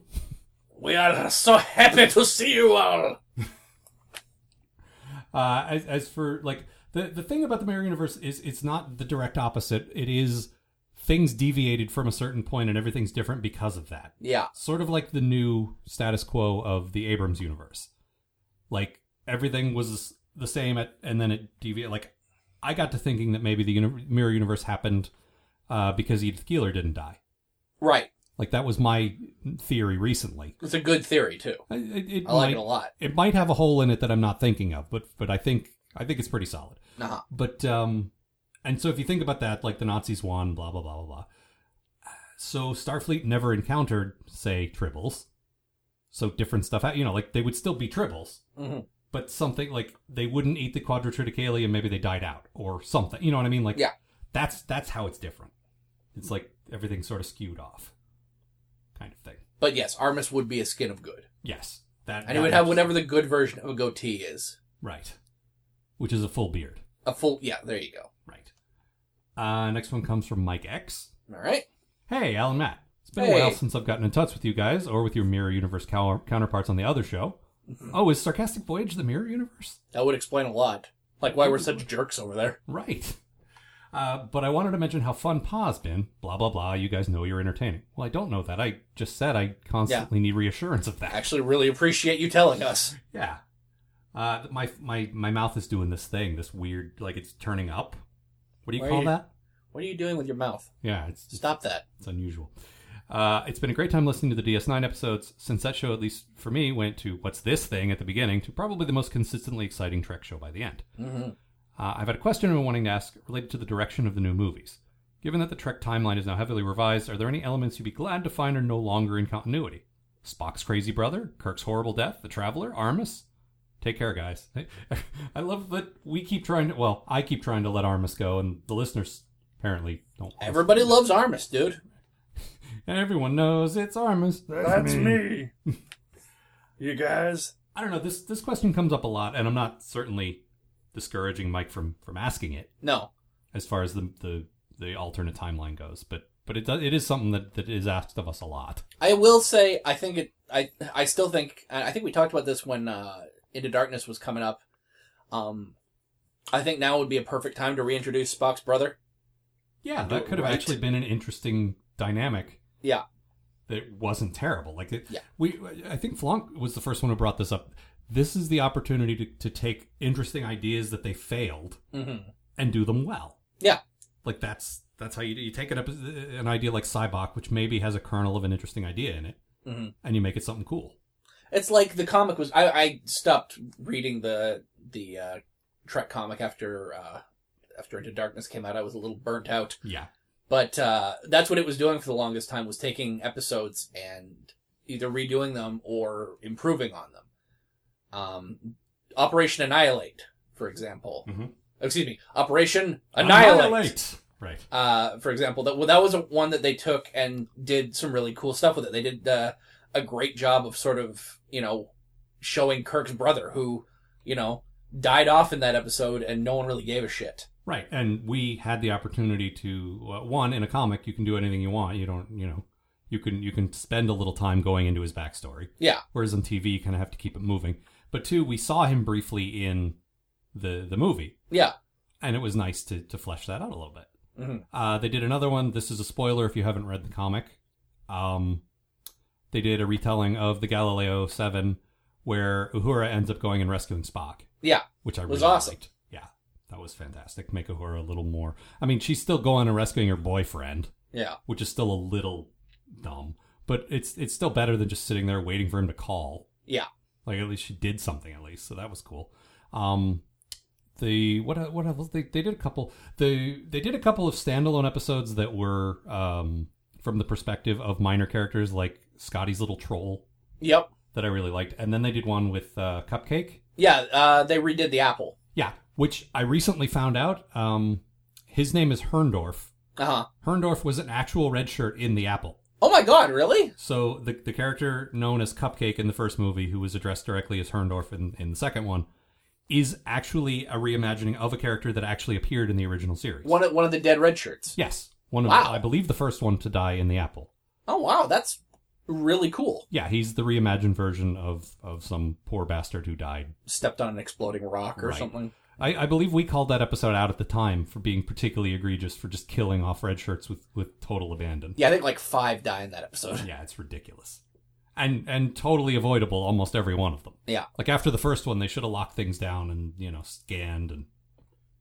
Speaker 4: We are so happy to see you all.
Speaker 2: Uh, as, as for like the the thing about the mirror universe is it's not the direct opposite. It is things deviated from a certain point and everything's different because of that.
Speaker 3: Yeah.
Speaker 2: Sort of like the new status quo of the Abrams universe. Like everything was the same at and then it deviated. Like I got to thinking that maybe the uni- mirror universe happened uh, because Edith Keeler didn't die.
Speaker 3: Right.
Speaker 2: Like that was my theory recently.
Speaker 3: It's a good theory, too.
Speaker 2: I- It, it
Speaker 3: I like
Speaker 2: might,
Speaker 3: it a lot.
Speaker 2: It might have a hole in it that I'm not thinking of, but but I think I think it's pretty solid.
Speaker 3: Nah.
Speaker 2: But um, and so if you think about that, like the Nazis won, blah blah blah blah blah. So Starfleet never encountered, say, tribbles. So different stuff, you know, like they would still be tribbles,
Speaker 3: Mhm.
Speaker 2: but something like they wouldn't eat the quadritriticale and maybe they died out or something. You know what I mean? Like
Speaker 3: Yeah.
Speaker 2: that's that's how it's different. It's like everything's sort of skewed off, kind of thing.
Speaker 3: But yes, Armus would be a skin of good.
Speaker 2: Yes, that
Speaker 3: And he would
Speaker 2: that
Speaker 3: have
Speaker 2: is-
Speaker 3: whatever the good version of a goatee is.
Speaker 2: Right. Which is a full beard.
Speaker 3: A full. Yeah, there you go.
Speaker 2: Right. Uh, next one comes from Mike X.
Speaker 3: All right.
Speaker 2: Hey, Alan Matt. It's been
Speaker 3: Hey.
Speaker 2: a while since I've gotten in touch with you guys or with your Mirror Universe cow- counterparts on the other show. Oh, is Sarcastic Voyage the Mirror Universe?
Speaker 3: That would explain a lot. Like why we're such jerks over there.
Speaker 2: Right. Uh, but I wanted to mention how fun Pa's been. Blah, blah, blah. You guys know you're entertaining. Well, I don't know that. I just said I constantly need reassurance of that.
Speaker 3: Actually, really appreciate you telling us.
Speaker 2: Yeah. Uh, my, my, my mouth is doing this thing, this weird, like it's turning up. What do you
Speaker 3: Why are
Speaker 2: call
Speaker 3: you-
Speaker 2: that?
Speaker 3: What are you doing with your mouth?
Speaker 2: Yeah, it's
Speaker 3: Stop that.
Speaker 2: It's unusual. Uh, it's been a great time listening to the DS9 episodes since that show, at least for me, went to What's This Thing at the beginning to probably the most consistently exciting Trek show by the end.
Speaker 3: Mhm.
Speaker 2: Uh, I've had a question I'm wanting to ask related to the direction of the new movies. Given that the Trek timeline is now heavily revised, are there any elements you'd be glad to find are no longer in continuity? Spock's crazy brother, Kirk's horrible death, the Traveler, Armus? Take care, guys. I love that we keep trying to, well, I keep trying to let Armus go, and the listeners apparently don't.
Speaker 3: Everybody loves Armus, dude.
Speaker 2: Everyone knows it's Armus.
Speaker 4: That's me. you guys.
Speaker 2: I don't know. This this question comes up a lot, and I'm not certainly discouraging Mike from from asking it
Speaker 3: No.
Speaker 2: as far as the the, the alternate timeline goes. But but it does, it is something that, that is asked of us a lot.
Speaker 3: I will say I think it I I still think I I think we talked about this when uh Into Darkness was coming up. Um I think now would be a perfect time to reintroduce Spock's brother.
Speaker 2: Yeah,
Speaker 3: Do
Speaker 2: that
Speaker 3: it
Speaker 2: could have
Speaker 3: right.
Speaker 2: actually been an interesting dynamic.
Speaker 3: Yeah.
Speaker 2: that wasn't terrible. Like it,
Speaker 3: Yeah.
Speaker 2: we I think Flonk was the first one who brought this up. This is the opportunity to, to take interesting ideas that they failed
Speaker 3: Mhm.
Speaker 2: and do them well.
Speaker 3: Yeah.
Speaker 2: Like that's that's how you do. You take an, epi- an idea like Cybok, which maybe has a kernel of an interesting idea in it,
Speaker 3: Mhm.
Speaker 2: and you make it something cool.
Speaker 3: It's like the comic was. I, I stopped reading the the uh, Trek comic after uh, after Into Darkness came out. I was a little burnt out,
Speaker 2: Yeah.
Speaker 3: but uh, that's what it was doing for the longest time was taking episodes and either redoing them or improving on them. Um, Operation Annihilate, for example.
Speaker 2: Mhm.
Speaker 3: Excuse me, Operation Annihilate.
Speaker 2: Right.
Speaker 3: Uh, for example, that well, that was a, one that they took and did some really cool stuff with it. They did uh, a great job of sort of you know showing Kirk's brother, who you know died off in that episode, and no one really gave a shit.
Speaker 2: Right. And we had the opportunity to uh, one in a comic you can do anything you want. You don't, you know, you can you can spend a little time going into his backstory.
Speaker 3: Yeah.
Speaker 2: Whereas on TV you kind of have to keep it moving. But two, we saw him briefly in the the movie,
Speaker 3: Yeah,
Speaker 2: and it was nice to to flesh that out a little bit.
Speaker 3: Mhm.
Speaker 2: Uh, they did another one. This is a spoiler if you haven't read the comic. Um, they did a retelling of the Galileo Seven, where Uhura ends up going and rescuing Spock
Speaker 3: yeah,
Speaker 2: which I
Speaker 3: was
Speaker 2: really
Speaker 3: awesome.
Speaker 2: liked. Yeah, that was fantastic. Make her a little more. I mean, she's still going and rescuing her boyfriend,
Speaker 3: yeah,
Speaker 2: which is still a little dumb, but it's it's still better than just sitting there waiting for him to call.
Speaker 3: yeah.
Speaker 2: Like at least she did something at least, so that was cool. Um, the what what else they they did a couple the they did a couple of standalone episodes that were um from the perspective of minor characters like Scotty's little troll
Speaker 3: Yep,
Speaker 2: that I really liked, and then they did one with uh, Cupcake.
Speaker 3: yeah. Uh, they redid the apple.
Speaker 2: Yeah, which I recently found out. Um, his name is Herndorf.
Speaker 3: Uh huh.
Speaker 2: Herndorf was an actual red shirt in the Apple.
Speaker 3: Oh my god, really?
Speaker 2: So the the character known as Cupcake in the first movie, who was addressed directly as Herndorf in, in the second one, is actually a reimagining of a character that actually appeared in the original series.
Speaker 3: One of, one of the dead red shirts.
Speaker 2: Yes, one of
Speaker 3: Wow.
Speaker 2: I believe the first one to die in the Apple.
Speaker 3: Oh wow, that's really cool.
Speaker 2: Yeah, he's the reimagined version of of some poor bastard who died.
Speaker 3: Stepped on an exploding rock or
Speaker 2: Right.
Speaker 3: something.
Speaker 2: I, I believe we called that episode out at the time for being particularly egregious for just killing off red shirts with with total abandon.
Speaker 3: Yeah, I think like five die in that episode.
Speaker 2: yeah, it's ridiculous. And and totally avoidable almost every one of them.
Speaker 3: Yeah.
Speaker 2: Like after the first one they should have locked things down and, you know, scanned and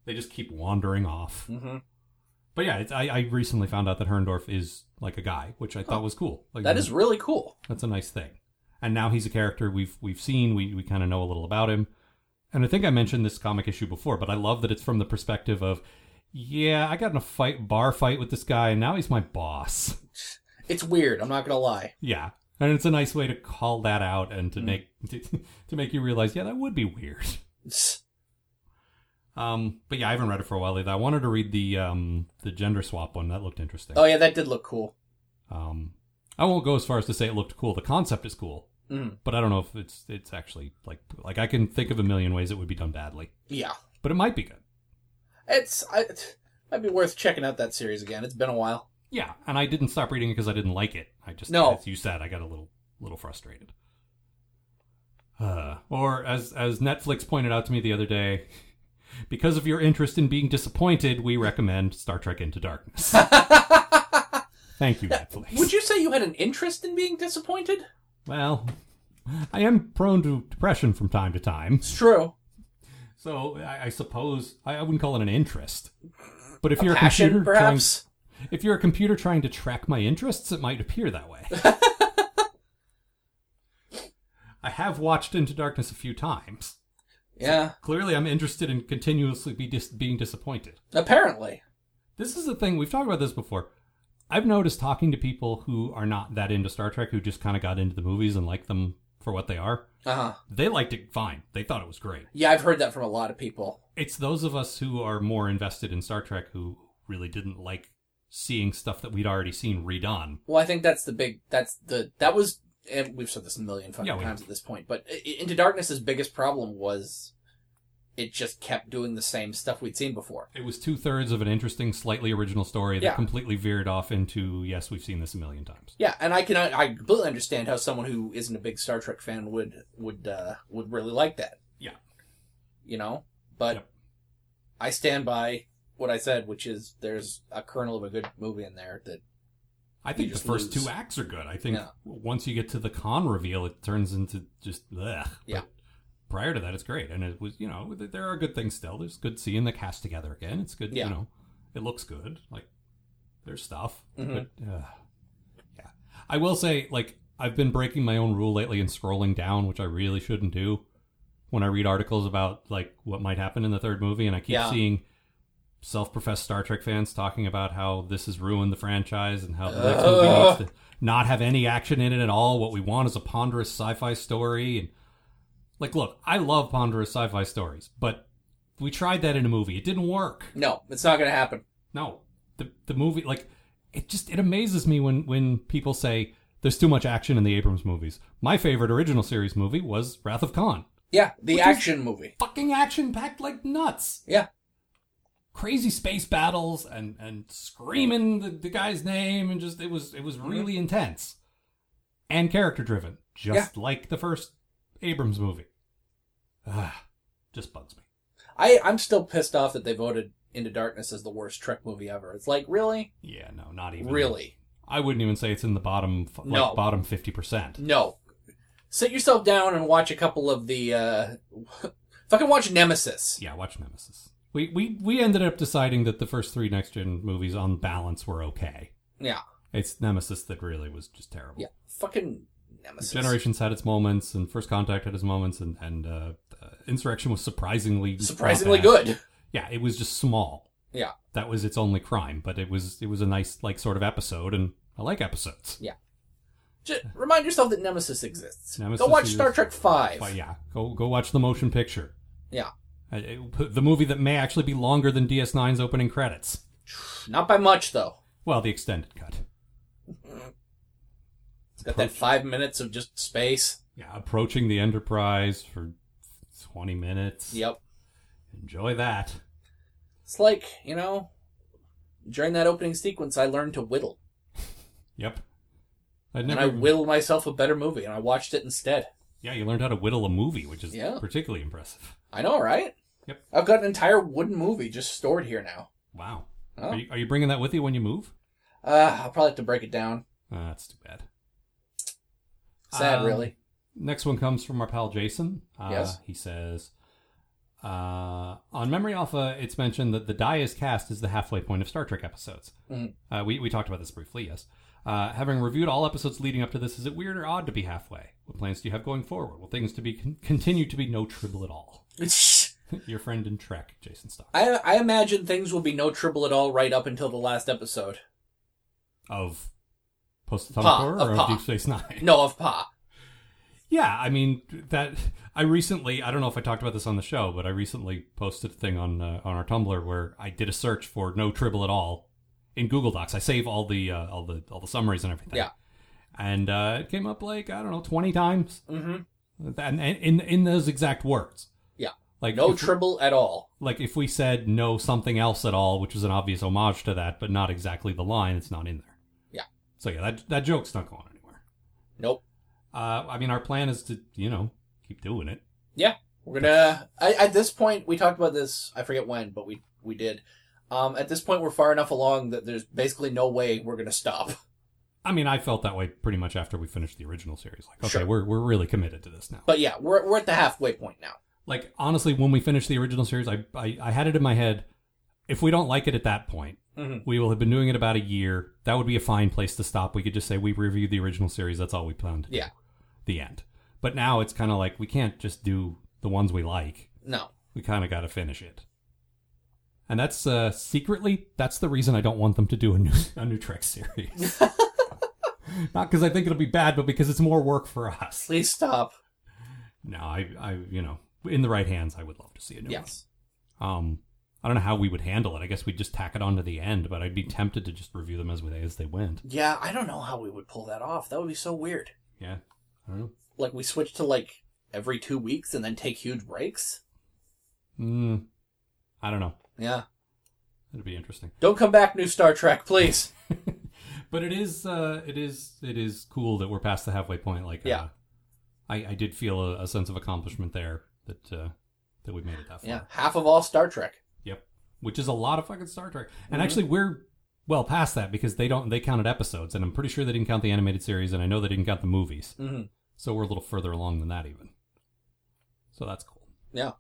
Speaker 2: they just keep wandering off.
Speaker 3: Mm-hmm.
Speaker 2: But yeah, it's, I, I recently found out that Herndorf is like a guy, which I thought was cool. Like
Speaker 3: That is really cool.
Speaker 2: that's a nice thing. And now he's a character we've we've seen, we we kind of know a little about him. And I think I mentioned this comic issue before, but I love that it's from the perspective of yeah, I got in a fight bar fight with this guy and now he's my boss.
Speaker 3: It's weird. I'm not gonna lie.
Speaker 2: Yeah, and it's a nice way to call that out and
Speaker 3: Mm.
Speaker 2: to make to, to make you realize, yeah, that would be weird. Um, but yeah, I haven't read it for a while either. I wanted to read the um the gender swap one. That looked interesting.
Speaker 3: Oh yeah, that did look cool.
Speaker 2: Um, I won't go as far as to say it looked cool. The concept is cool,
Speaker 3: Mm.
Speaker 2: but I don't know if it's it's actually like like I can think of a million ways it would be done badly,
Speaker 3: Yeah,
Speaker 2: but it might be good.
Speaker 3: it's I, it might be worth checking out that series again. It's been a while.
Speaker 2: Yeah, and I didn't stop reading it because I didn't like it. I just
Speaker 3: No.
Speaker 2: as you said, I got a little little frustrated. Uh, or as as Netflix pointed out to me the other day, because of your interest in being disappointed, we recommend Star Trek Into Darkness. Thank you, Netflix.
Speaker 3: Would you say you had an interest in being disappointed?
Speaker 2: Well, I am prone to depression from time to time,
Speaker 3: It's true.
Speaker 2: so I, I suppose I, I wouldn't call it an interest. But if
Speaker 3: A
Speaker 2: you're a
Speaker 3: passion,
Speaker 2: computer trying,
Speaker 3: perhaps.
Speaker 2: if you're a computer trying to track my interests, it might appear that way. I have watched Into Darkness a few times.
Speaker 3: Yeah,
Speaker 2: Clearly, I'm interested in continuously be dis- being disappointed.
Speaker 3: apparently.
Speaker 2: This is the thing we've talked about this before. I've noticed talking to people who are not that into Star Trek, who just kind of got into the movies and like them for what they are.
Speaker 3: Uh huh.
Speaker 2: They liked it fine. They thought it was great.
Speaker 3: Yeah, I've heard that from a lot of people.
Speaker 2: It's those of us who are more invested in Star Trek who really didn't like seeing stuff that we'd already seen redone.
Speaker 3: Well, I think that's the big. That's the that was. And we've said this a million fucking
Speaker 2: Yeah, we
Speaker 3: times at this point, but I- I- Into Darkness's biggest problem was it just kept doing the same stuff we'd seen before.
Speaker 2: It was two thirds of an interesting, slightly original story that
Speaker 3: Yeah.
Speaker 2: completely veered off into yes, we've seen this a million times.
Speaker 3: Yeah, and I can I completely understand how someone who isn't a big Star Trek fan would would uh, would really like that.
Speaker 2: Yeah.
Speaker 3: you know, but
Speaker 2: Yep.
Speaker 3: I stand by what I said, which is there's a kernel of a good movie in there that
Speaker 2: I
Speaker 3: You
Speaker 2: think the
Speaker 3: just
Speaker 2: first
Speaker 3: lose.
Speaker 2: two acts are good. I think
Speaker 3: Yeah.
Speaker 2: once you get to the con reveal, it turns into just blech.
Speaker 3: Yeah.
Speaker 2: But prior to that, it's great, and it was you know th- there are good things still. There's good seeing the cast together again. It's good,
Speaker 3: Yeah.
Speaker 2: you know, it looks good. Like their stuff.
Speaker 3: Mhm.
Speaker 2: But uh, yeah, I will say like I've been breaking my own rule lately and scrolling down, which I really shouldn't do. When I read articles about like what might happen in the third movie, and I keep
Speaker 3: Yeah.
Speaker 2: seeing self-professed Star Trek fans talking about how this has ruined the franchise and how the next movie needs
Speaker 3: Ugh.
Speaker 2: to not have any action in it at all. What we want is a ponderous sci-fi story. And like, look, I love ponderous sci-fi stories, but we tried that in a movie. It didn't work.
Speaker 3: No, it's not going to happen.
Speaker 2: No, the the movie like it just it amazes me when when people say there's too much action in the Abrams movies. My favorite original series movie was Wrath of Khan.
Speaker 3: Yeah, the action movie.
Speaker 2: Fucking action packed like nuts.
Speaker 3: Yeah.
Speaker 2: Crazy space battles and and screaming the, the guy's name and just it was it
Speaker 3: Mm-hmm.
Speaker 2: was really intense and character driven, just like the first Abrams movie. Ah, just bugs me.
Speaker 3: I, I'm still pissed off that they voted Into Darkness as the worst Trek movie ever. It's like, really?
Speaker 2: Yeah, no, not even
Speaker 3: Really?
Speaker 2: I wouldn't even say it's in the bottom f- like
Speaker 3: No.
Speaker 2: bottom fifty percent.
Speaker 3: No. Sit yourself down and watch a couple of the. Uh, fucking watch Nemesis.
Speaker 2: Yeah, watch Nemesis. We we we ended up deciding that the first three next gen movies on balance were okay.
Speaker 3: Yeah.
Speaker 2: It's Nemesis that really was just terrible.
Speaker 3: Yeah. Fucking Nemesis.
Speaker 2: Generations had its moments, and First Contact had its moments, and and uh, uh, Insurrection was surprisingly
Speaker 3: Surprisingly
Speaker 2: not bad.
Speaker 3: good.
Speaker 2: Yeah, it was just small.
Speaker 3: Yeah.
Speaker 2: That was its only crime, but it was it was a nice like sort of episode, and I like episodes.
Speaker 3: Just remind yourself that Nemesis exists.
Speaker 2: Nemesis
Speaker 3: Go watch
Speaker 2: is-
Speaker 3: Star Trek Five.
Speaker 2: But yeah, go go watch the motion picture.
Speaker 3: Yeah.
Speaker 2: Uh, it- the movie that may actually be longer than DS9's opening credits.
Speaker 3: Not by much though.
Speaker 2: Well, the extended cut.
Speaker 3: It's got that five minutes of just space.
Speaker 2: Yeah, approaching the Enterprise for 20 minutes.
Speaker 3: Yep.
Speaker 2: Enjoy that.
Speaker 3: It's like you know, during that opening sequence, I learned to whittle,
Speaker 2: Yep. I
Speaker 3: and I whittled myself a better movie, and I watched it instead.
Speaker 2: Yeah, you learned how to whittle a movie, which is
Speaker 3: Yeah.
Speaker 2: particularly impressive.
Speaker 3: I know, right?
Speaker 2: Yep.
Speaker 3: I've got an entire wooden movie just stored here now.
Speaker 2: Wow.
Speaker 3: Oh.
Speaker 2: Are, you, are you bringing that with you when you move?
Speaker 3: Uh, I'll probably have to break it down.
Speaker 2: Uh, that's too bad.
Speaker 3: Sad,
Speaker 2: Um,
Speaker 3: really.
Speaker 2: Next one comes from our pal Jason. Uh,
Speaker 3: Yes.
Speaker 2: He says, uh, on Memory Alpha, it's mentioned that the die is cast is the halfway point of Star Trek episodes.
Speaker 3: Mhm.
Speaker 2: Uh, we, we talked about this briefly, yes. Uh, having reviewed all episodes leading up to this, is it weird or odd to be halfway? What plans do you have going forward? Will things to be con- continue to be no tribble at all? Your friend in Trek, Jason Stock.
Speaker 3: I I imagine things will be no tribble at all right up until the last episode.
Speaker 2: of Post
Speaker 3: Pa,
Speaker 2: Atomic Horror
Speaker 3: of
Speaker 2: or
Speaker 3: Pa.
Speaker 2: of Deep Space Nine?
Speaker 3: No, of Pa.
Speaker 2: Yeah, I mean that. I recently, I don't know if I talked about this on the show, but I recently posted a thing on uh, on our Tumblr where I did a search for no tribble at all in Google Docs. I save all the uh, all the all the summaries and everything.
Speaker 3: Yeah.
Speaker 2: and uh, it came up like I don't know twenty times,
Speaker 3: Mm-hmm.
Speaker 2: and, and in in those exact words.
Speaker 3: Yeah.
Speaker 2: like
Speaker 3: No
Speaker 2: if-
Speaker 3: tribble at all.
Speaker 2: like if we said no something else at all, which was an obvious homage to that, but not exactly the line, it's not in there.
Speaker 3: Yeah.
Speaker 2: So yeah, that that joke's not going anywhere.
Speaker 3: Nope.
Speaker 2: Uh, I mean, our plan is to you know keep doing it.
Speaker 3: Yeah, we're gonna. I, at this point, we talked about this. I forget when, but we we did. Um, at this point, we're far enough along that there's basically no way we're gonna stop.
Speaker 2: I mean, I felt that way pretty much after we finished the original series. Like, okay,
Speaker 3: Sure.
Speaker 2: we're we're really committed to this now.
Speaker 3: But yeah, we're we're at the halfway point now.
Speaker 2: like, honestly, when we finished the original series, I, I I had it in my head. If we don't like it at that point,
Speaker 3: Mhm.
Speaker 2: we will have been doing it about a year. That would be a fine place to stop. We could just say we reviewed the original series. That's all we planned. to do.
Speaker 3: Yeah.
Speaker 2: the end. But now it's kind of like we can't just do the ones we like.
Speaker 3: No,
Speaker 2: We kind of got to finish it. And that's uh, secretly that's the reason I don't want them to do a new a new Trek series. Not because I think it'll be bad, but because it's more work for us.
Speaker 3: please stop.
Speaker 2: No, I, I, you know, in the right hands, I would love to see a new
Speaker 3: Yes,
Speaker 2: one. Um, I don't know how we would handle it. I guess we'd just tack it on to the end, but I'd be tempted to just review them as we as they went.
Speaker 3: yeah. I don't know how we would pull that off. That would be so weird.
Speaker 2: Yeah, I don't know.
Speaker 3: Like we switch to like every two weeks and then take huge breaks.
Speaker 2: Mm, I don't know.
Speaker 3: Yeah,
Speaker 2: It'd be interesting.
Speaker 3: don't come back, new Star Trek, please.
Speaker 2: but it is uh it is it is cool that we're past the halfway point like
Speaker 3: Yeah.
Speaker 2: uh, i i did feel a, a sense of accomplishment there that uh that we made it that far
Speaker 3: yeah, half of all Star Trek.
Speaker 2: yep which is a lot of fucking star trek
Speaker 3: Mm-hmm.
Speaker 2: and actually we're well past that because they don't they counted episodes and i'm pretty sure they didn't count the animated series and i know they didn't count the movies
Speaker 3: Mm-hmm.
Speaker 2: so we're a little further along than that even so that's cool
Speaker 3: Yeah.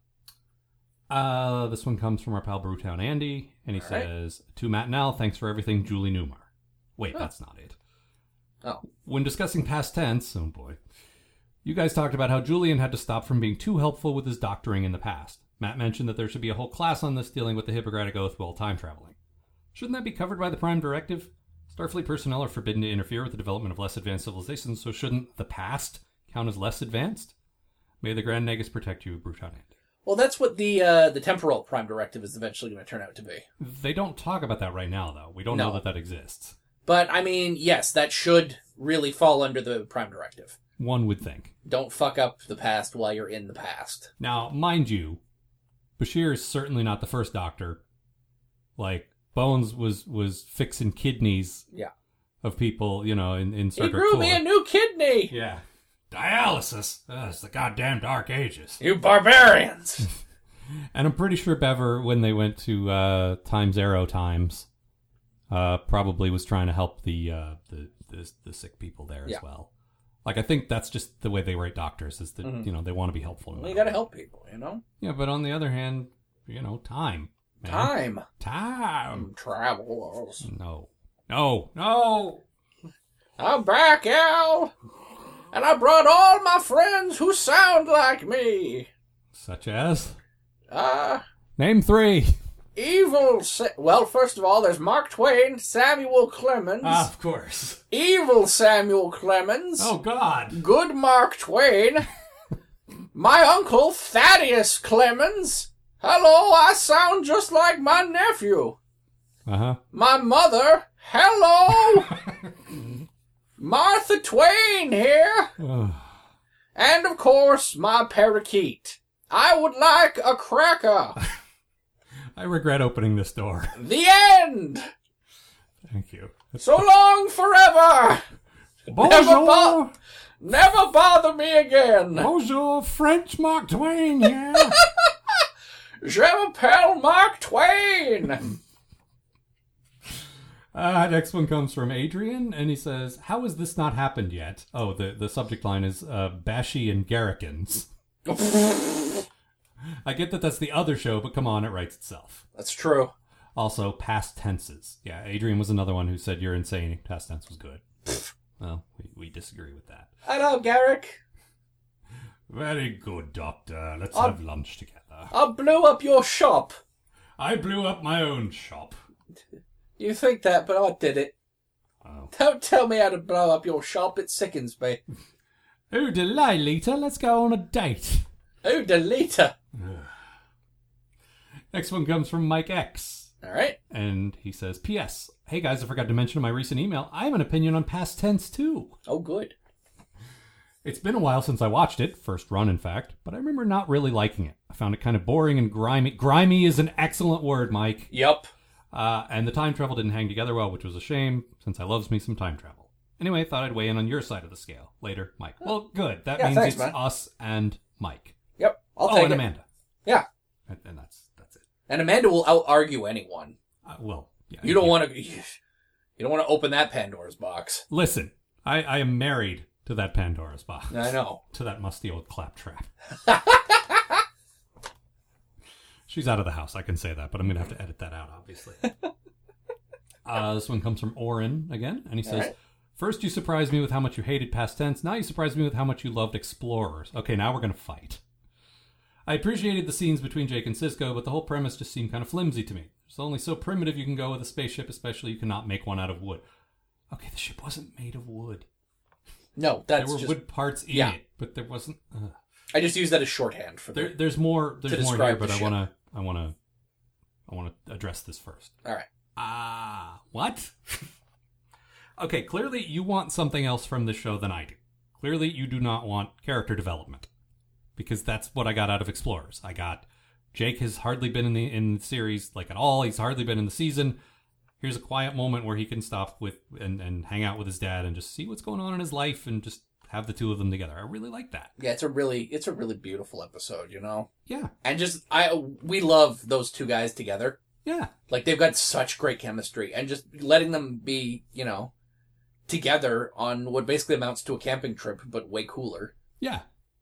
Speaker 2: Uh, this one comes from our pal Brewtown Andy, and he
Speaker 3: All right.
Speaker 2: says, To Matt and Al, thanks for everything, Julie Newmar. Wait, that's not it.
Speaker 3: Oh.
Speaker 2: When discussing past tense, oh boy, you guys talked about how Julian had to stop from being too helpful with his doctoring in the past. Matt mentioned that there should be a whole class on this dealing with the Hippocratic Oath while time traveling. Shouldn't that be covered by the Prime Directive? Starfleet personnel are forbidden to interfere with the development of less advanced civilizations, so shouldn't the past count as less advanced? May the Grand Negus protect you, Bruton Andy.
Speaker 3: Well, that's what the uh, the temporal prime directive is eventually going to turn out to be.
Speaker 2: They don't talk about that right now, though. We don't know
Speaker 3: No.
Speaker 2: that that exists.
Speaker 3: But I mean, yes, that should really fall under the prime directive.
Speaker 2: One would think.
Speaker 3: Don't fuck up the past while you're in the past.
Speaker 2: Now, mind you, Bashir is certainly not the first doctor. Like Bones was was fixing kidneys
Speaker 3: Yeah.
Speaker 2: of people, you know, in in Star
Speaker 3: he
Speaker 2: Trek
Speaker 3: grew
Speaker 2: IV.
Speaker 3: me a new kidney.
Speaker 2: yeah. Dialysis. Ugh, it's the goddamn dark ages.
Speaker 3: You barbarians.
Speaker 2: And I'm pretty sure Bever, when they went to uh, Time Zero Times, uh, probably was trying to help the uh, the, the the sick people there
Speaker 3: Yeah.
Speaker 2: as well. Like I think that's just the way they write doctors is that you know they want to be helpful. no
Speaker 3: Mm-hmm. well, you
Speaker 2: matter
Speaker 3: got to
Speaker 2: what.
Speaker 3: help people, you know.
Speaker 2: Yeah, but on the other hand, you know, time. man.
Speaker 3: Time
Speaker 2: Time.
Speaker 3: travels.
Speaker 2: No. No. No.
Speaker 3: I'm back, Al, and I brought all my friends who sound like me.
Speaker 2: Such as
Speaker 3: Uh,
Speaker 2: name three.
Speaker 3: evil. Sa- well, first of all, there's Mark Twain, Samuel Clemens,
Speaker 2: Ah, of course.
Speaker 3: evil Samuel Clemens.
Speaker 2: Oh God.
Speaker 3: good Mark Twain. my uncle Thaddeus Clemens. Hello, I sound just like my nephew.
Speaker 2: Uh huh.
Speaker 3: My mother. Hello. Martha Twain here.
Speaker 2: Oh.
Speaker 3: And of course, my parakeet. I would like a cracker.
Speaker 2: I regret opening this door.
Speaker 3: The end.
Speaker 2: Thank you.
Speaker 3: So long forever.
Speaker 2: Bonjour.
Speaker 3: Never bother me again.
Speaker 2: Bonjour, French Mark Twain here.
Speaker 3: Je m'appelle Mark Twain.
Speaker 2: Uh, next one comes from Adrian, and he says, "How has this not happened yet?" Oh, the the subject line is uh, Bashy and Garrikins. I get that that's the other show, but come on, it writes itself.
Speaker 3: That's true.
Speaker 2: Also, past tenses. Yeah, Adrian was another one who said you're insane. Past tense was good. well, we, we disagree with that.
Speaker 3: Hello, Garrick.
Speaker 2: Very good, Doctor. Let's
Speaker 3: Um,
Speaker 2: have lunch together.
Speaker 3: I blew up your shop.
Speaker 2: I blew up my own shop.
Speaker 3: You think that, but I did it.
Speaker 2: Oh.
Speaker 3: Don't tell me how to blow up your shop. It sickens me.
Speaker 2: Oh, delay, Lita. Let's go on a date.
Speaker 3: Oh, deleter.
Speaker 2: Next one comes from Mike X.
Speaker 3: All right.
Speaker 2: And he says, P.S. Hey guys, I forgot to mention in my recent email, I have an opinion on past tense too.
Speaker 3: Oh, good.
Speaker 2: It's been a while since I watched it, first run in fact, but I remember not really liking it. I found it kind of boring and grimy. Grimy is an excellent word, Mike.
Speaker 3: Yup.
Speaker 2: Uh, and the time travel didn't hang together well, which was a shame, since I loves me some time travel. Anyway, thought I'd weigh in on your side of the scale. Later, Mike. Well, good. That
Speaker 3: Yeah,
Speaker 2: means
Speaker 3: thanks,
Speaker 2: it's
Speaker 3: man.
Speaker 2: us and Mike.
Speaker 3: Yep. I'll
Speaker 2: oh,
Speaker 3: take
Speaker 2: and
Speaker 3: it.
Speaker 2: Amanda.
Speaker 3: Yeah.
Speaker 2: And, and that's that's it.
Speaker 3: And Amanda will out argue anyone.
Speaker 2: Uh, well, yeah,
Speaker 3: You don't want to. You don't want to open that Pandora's box.
Speaker 2: Listen, I, I am married to that Pandora's box.
Speaker 3: I know.
Speaker 2: to that musty old claptrap. She's out of the house. I can say that, but I'm going to have to edit that out, obviously. uh, this one comes from Oren again, and he says,
Speaker 3: right.
Speaker 2: First, you surprised me with how much you hated past tense. Now, you surprised me with how much you loved explorers. Okay, now we're going to fight. I appreciated the scenes between Jake and Cisco, but the whole premise just seemed kind of flimsy to me. It's only so primitive you can go with a spaceship, especially you cannot make one out of wood. Okay, the ship wasn't made of wood.
Speaker 3: No, that's
Speaker 2: there were
Speaker 3: just.
Speaker 2: wood parts in
Speaker 3: yeah.
Speaker 2: it, but there wasn't. Uh,
Speaker 3: I just use that as shorthand for
Speaker 2: there,
Speaker 3: the.
Speaker 2: there's more. There's more here,
Speaker 3: describe the
Speaker 2: but I
Speaker 3: ship.
Speaker 2: wanna, I wanna, I wanna address this first.
Speaker 3: All right.
Speaker 2: Ah, what? okay, clearly you want something else from this show than I do. Clearly you do not want character development, because that's what I got out of Explorers. I got Jake has hardly been in the in the series like at all. He's hardly been in the season. Here's a quiet moment where he can stop with and and hang out with his dad and just see what's going on in his life and just have the two of them together. I really like that.
Speaker 3: Yeah, it's a really, it's a really beautiful episode, you know.
Speaker 2: Yeah,
Speaker 3: And just, I, we love those two guys together.
Speaker 2: yeah.
Speaker 3: Like they've got such great chemistry and just letting them be, you know, together on what basically amounts to a camping trip, but way cooler.
Speaker 2: Yeah.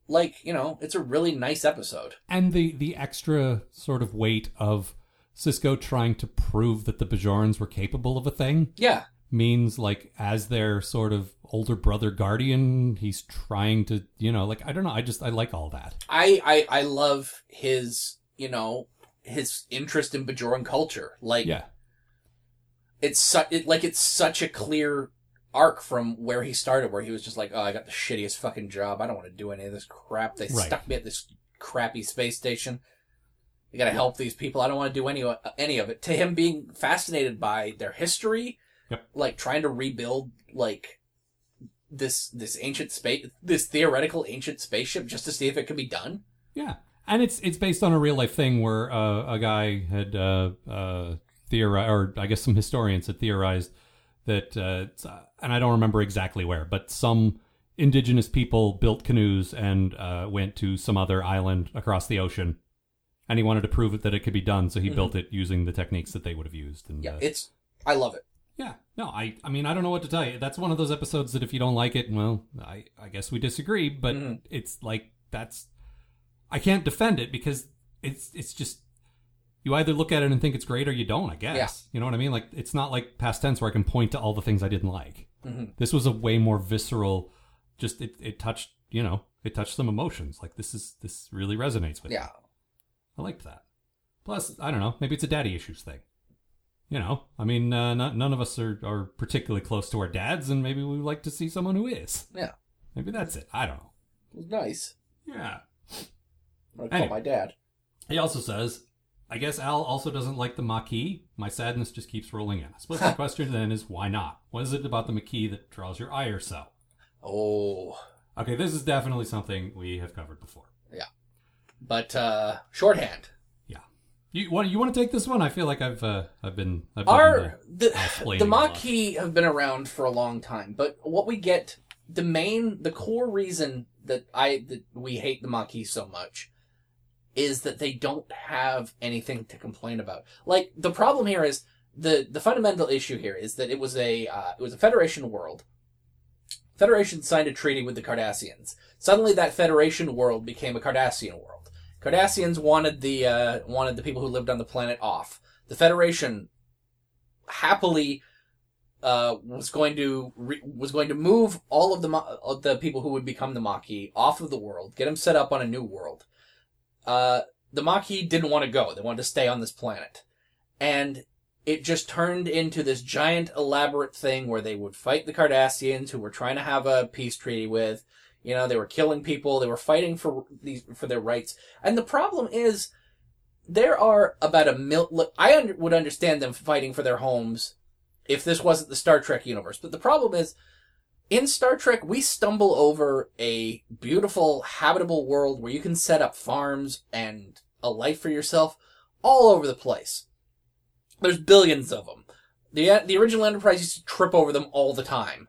Speaker 3: like you know it's a really nice episode
Speaker 2: and the the extra sort of weight of Cisco trying to prove that the Bajorans were capable of a thing
Speaker 3: yeah
Speaker 2: means like as their sort of older brother guardian, he's trying to you know like I don't know I just I like all that.
Speaker 3: I, I I love his you know his interest in Bajoran culture. Like
Speaker 2: Yeah,
Speaker 3: it's su- it, like it's such a clear arc from where he started, where he was just like, oh, I got the shittiest fucking job. I don't want to do any of this crap. They
Speaker 2: Right.
Speaker 3: stuck me at this crappy space station. You got to help these people. I don't want to do any o- any of it. To him being fascinated by their history,
Speaker 2: Yep.
Speaker 3: like trying to rebuild like this this ancient space this theoretical ancient spaceship just to see if it could be done.
Speaker 2: yeah, and it's it's based on a real life thing where uh, a guy had uh, uh, theorized, or I guess some historians had theorized that, uh, it's, uh, and I don't remember exactly where, but some indigenous people built canoes and uh, went to some other island across the ocean. And he wanted to prove it that it could be done, so he built it using the techniques that they would have used. And,
Speaker 3: Yeah,
Speaker 2: uh,
Speaker 3: it's I love it.
Speaker 2: Yeah. No, I I mean I don't know what to tell you. That's one of those episodes that if you don't like it, well, I I guess we disagree, but
Speaker 3: Mhm.
Speaker 2: it's like that's I can't defend it because it's it's just you either look at it and think it's great or you don't, I guess. You know what I mean? Like it's not like past tense where I can point to all the things I didn't like.
Speaker 3: Mhm.
Speaker 2: This was a way more visceral just it it touched, you know, it touched some emotions. Like this is this really resonates with me.
Speaker 3: Yeah,
Speaker 2: I liked that. Plus, I don't know, maybe it's a daddy issues thing. You know, I mean, uh, not, none of us are, are particularly close to our dads, and maybe we would like to see someone who is.
Speaker 3: yeah,
Speaker 2: Maybe that's it. I don't know.
Speaker 3: it was nice.
Speaker 2: Yeah.
Speaker 3: I'm gonna call
Speaker 2: Anyway.
Speaker 3: my dad.
Speaker 2: He also Guess Al also doesn't like the Maquis. My sadness just keeps rolling in. I suppose the question then is why not? What is it about the Maquis that draws your ire so?
Speaker 3: Oh,
Speaker 2: Okay, this is definitely something we have covered before.
Speaker 3: but uh shorthand.
Speaker 2: You want you want to take this one? I feel like I've uh, I've been I've been,
Speaker 3: Our the
Speaker 2: explaining a
Speaker 3: the
Speaker 2: lot.
Speaker 3: Maquis have been around for a long time, but what we get the main the core reason that I that we hate the Maquis so much is that they don't have anything to complain about. Like the problem here is the the fundamental issue here is that it was a uh, it was a Federation world. Federation signed a treaty with the Cardassians. Suddenly, that Federation world became a Cardassian world. Cardassians wanted the uh, wanted the people who lived on the planet off. The Federation happily uh, was going to re- was going to move all of the Ma- of the people who would become the Maquis off of the world, get them set up on a new world. Uh, the Maquis didn't want to go; they wanted to stay on this planet, and it just turned into this giant, elaborate thing where they would fight the Cardassians, who were trying to have a peace treaty with. You know, they were killing people. They were fighting for these for their rights. And the problem is, there are about a mil. Look, I under, would understand them fighting for their homes if this wasn't the Star Trek universe. But the problem is, in Star Trek, we stumble over a beautiful, habitable world where you can set up farms and a life for yourself all over the place. There's billions of them. The, the original Enterprise used to trip over them all the time.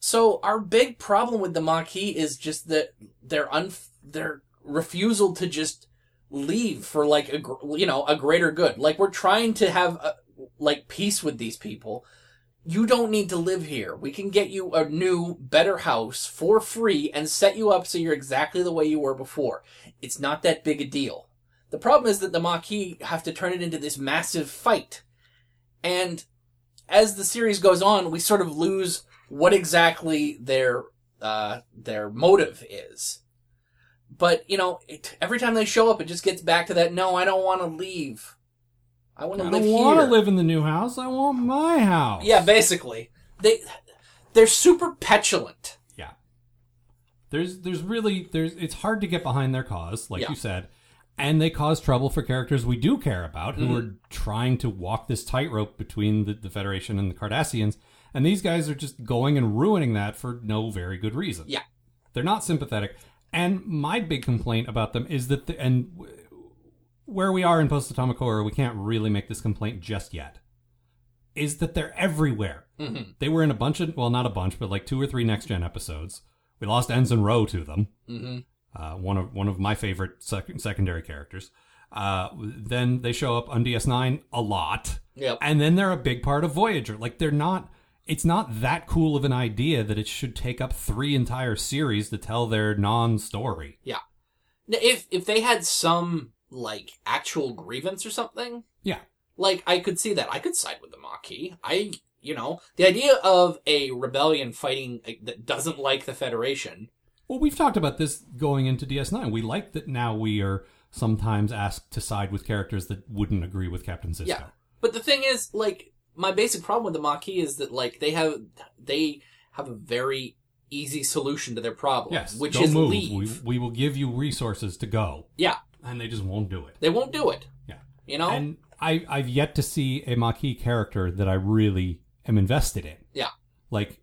Speaker 3: So our big problem with the Maquis is just that their un their refusal to just leave for like a gr- you know a greater good. Like we're trying to have a, like peace with these people. You don't need to live here. We can get you a new, better house for free and set you up so you're exactly the way you were before. It's not that big a deal. The problem is that the Maquis have to turn it into this massive fight. And as the series goes on, we sort of lose what exactly their uh, their motive is. But you know, it, every time they show up, it just gets back to that. No, I don't want to leave. I want to
Speaker 2: I
Speaker 3: live
Speaker 2: don't
Speaker 3: here.
Speaker 2: want to live in the new house. I want my house.
Speaker 3: Yeah, basically. They they're super petulant.
Speaker 2: Yeah. There's there's really there's it's hard to get behind their cause, like
Speaker 3: Yeah.
Speaker 2: you said. And they cause trouble for characters we do care about
Speaker 3: Mm-hmm.
Speaker 2: who are trying to walk this tightrope between the, the Federation and the Cardassians. And these guys are just going and ruining that for no very good reason.
Speaker 3: Yeah.
Speaker 2: They're not sympathetic. And my big complaint about them is that, the, and w- where we are in post atomic horror, we can't really make this complaint just yet, is that they're everywhere.
Speaker 3: Mhm.
Speaker 2: They were in a bunch of, well, not a bunch, but like two or three next gen episodes. We lost Ensign Rowe to them,
Speaker 3: Mhm.
Speaker 2: uh, one of one of my favorite sec- secondary characters. Uh, then they show up on DS9 a lot
Speaker 3: Yep.
Speaker 2: and then they're a big part of Voyager. Like they're not. it's not that cool of an idea that it should take up three entire series to tell their non-story.
Speaker 3: N- If if they had some like actual grievance or something,
Speaker 2: Yeah.
Speaker 3: like I could see that. I could side with the Maquis. I, you know, the idea of a rebellion fighting uh, that doesn't like the Federation.
Speaker 2: Well, we've talked about this going into DS9. We like that now we are sometimes asked to side with characters that wouldn't agree with Captain Sisko.
Speaker 3: Yeah. But the thing is, like, my basic problem with the Maquis is that like they have they have a very easy solution to their problem,
Speaker 2: Yes,
Speaker 3: which
Speaker 2: go
Speaker 3: is
Speaker 2: move.
Speaker 3: leave.
Speaker 2: We, we will give you resources to go,
Speaker 3: Yeah,
Speaker 2: and they just won't do it.
Speaker 3: they won't do it.
Speaker 2: Yeah.
Speaker 3: You know,
Speaker 2: And I, I've yet to see a Maquis character that I really am invested in.
Speaker 3: Yeah.
Speaker 2: Like,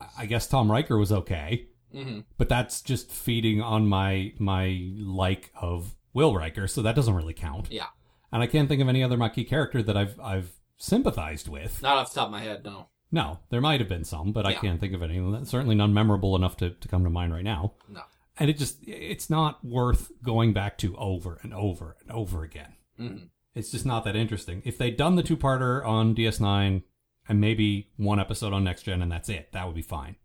Speaker 2: I- I guess Tom Riker was okay,
Speaker 3: hmm
Speaker 2: but that's just feeding on my my like of Will Riker, so that doesn't really count.
Speaker 3: Yeah.
Speaker 2: And I can't think of any other Maquis character that I've I've sympathized with.
Speaker 3: not off the top of my head, no.
Speaker 2: No, there might have been some, but I
Speaker 3: Yeah.
Speaker 2: can't think of any. Certainly none memorable enough to, to come to mind right now.
Speaker 3: No.
Speaker 2: And it just, it's not worth going back to over and over and over again.
Speaker 3: Mhm.
Speaker 2: It's just not that interesting. If they'd done the two parter on DS9 and maybe one episode on Next Gen and that's it, that would be fine.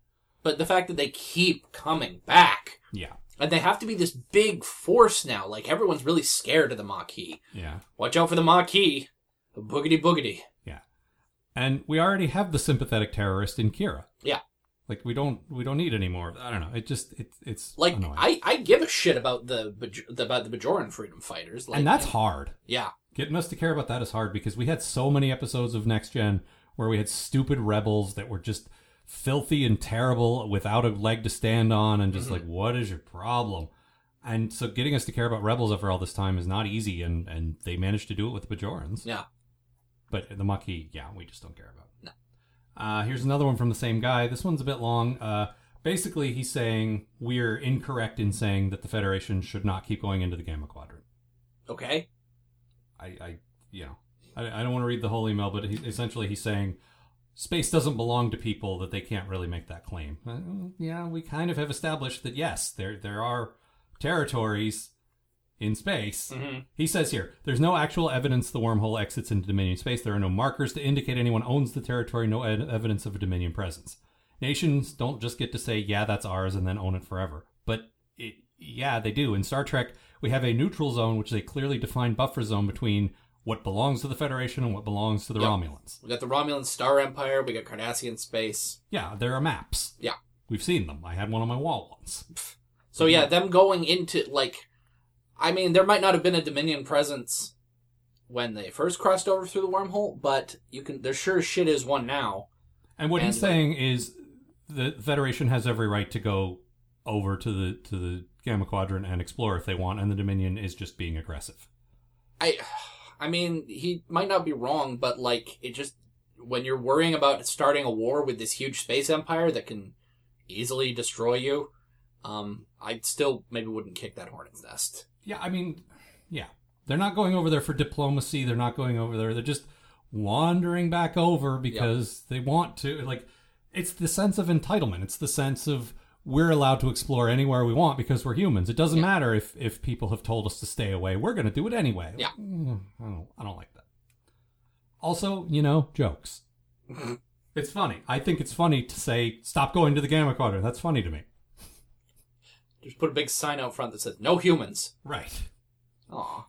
Speaker 3: But the fact that they keep coming back.
Speaker 2: Yeah.
Speaker 3: And they have to be this big force now. Like everyone's really scared of the Maquis.
Speaker 2: Yeah.
Speaker 3: Watch out for the Maquis. Boogity boogity.
Speaker 2: And we already have the sympathetic terrorist in Kira.
Speaker 3: Yeah.
Speaker 2: Like we don't, we don't need any more. of- I don't know. It just, it's, it's
Speaker 3: Like
Speaker 2: annoying.
Speaker 3: I, I give a shit about the Baj- the- about the Bajoran freedom fighters. Like,
Speaker 2: and that's hard.
Speaker 3: yeah,
Speaker 2: Getting us to care about that is hard because we had so many episodes of Next Gen where we had stupid rebels that were just filthy and terrible without a leg to stand on and just like, what is your problem? And so getting us to care about rebels after all this time is not easy and, and they managed to do it with the Bajorans.
Speaker 3: yeah.
Speaker 2: But the Maquis, yeah, we just don't care about. No. Uh, here's another one from the same guy. This one's a bit long. Uh, basically, he's saying we're incorrect in saying that the Federation should not keep going into the Gamma Quadrant.
Speaker 3: Okay.
Speaker 2: I, I you know, I, I don't want to read the whole email, but he, essentially he's saying space doesn't belong to people that they can't really make that claim. Uh, yeah, we kind of have established that yes, there there are territories in space.
Speaker 3: Mhm.
Speaker 2: He says here, there's no actual evidence the wormhole exits into Dominion space. There are no markers to indicate anyone owns the territory. No ed- evidence of a Dominion presence. Nations don't just get to say, yeah, that's ours, and then own it forever. But it, yeah, they do. In Star Trek, we have a neutral zone, which is a clearly defined buffer zone between what belongs to the Federation and what belongs to the
Speaker 3: Yep.
Speaker 2: Romulans.
Speaker 3: We got the Romulan Star Empire. We got Cardassian space.
Speaker 2: Yeah, there are maps.
Speaker 3: Yeah.
Speaker 2: We've seen them. I had one on my wall once.
Speaker 3: So yeah, them going into like, I mean, there might not have been a Dominion presence when they first crossed over through the wormhole, but you can. There sure as shit is one now.
Speaker 2: And what he's
Speaker 3: And-
Speaker 2: saying is the Federation has every right to go over to the to the Gamma Quadrant and explore if they want, and the Dominion is just being aggressive.
Speaker 3: I, I mean, he might not be wrong, but like, it just when you're worrying about starting a war with this huge space empire that can easily destroy you, um, I still maybe wouldn't kick that hornet's nest.
Speaker 2: Yeah, I mean, yeah, they're not going over there for diplomacy. They're not going over there. They're just wandering back over because they want to. Like, it's the sense of entitlement. It's the sense of we're allowed to explore anywhere we want because we're humans. It doesn't matter if if people have told us to stay away. We're going to do it anyway.
Speaker 3: Yeah.
Speaker 2: Mm, I don't. I don't like that. Also, you know, jokes. it's funny. I think it's funny to say stop going to the Gamma Quadrant. That's funny to me.
Speaker 3: Just put a big sign out front that says "No humans."
Speaker 2: Right.
Speaker 3: Aw,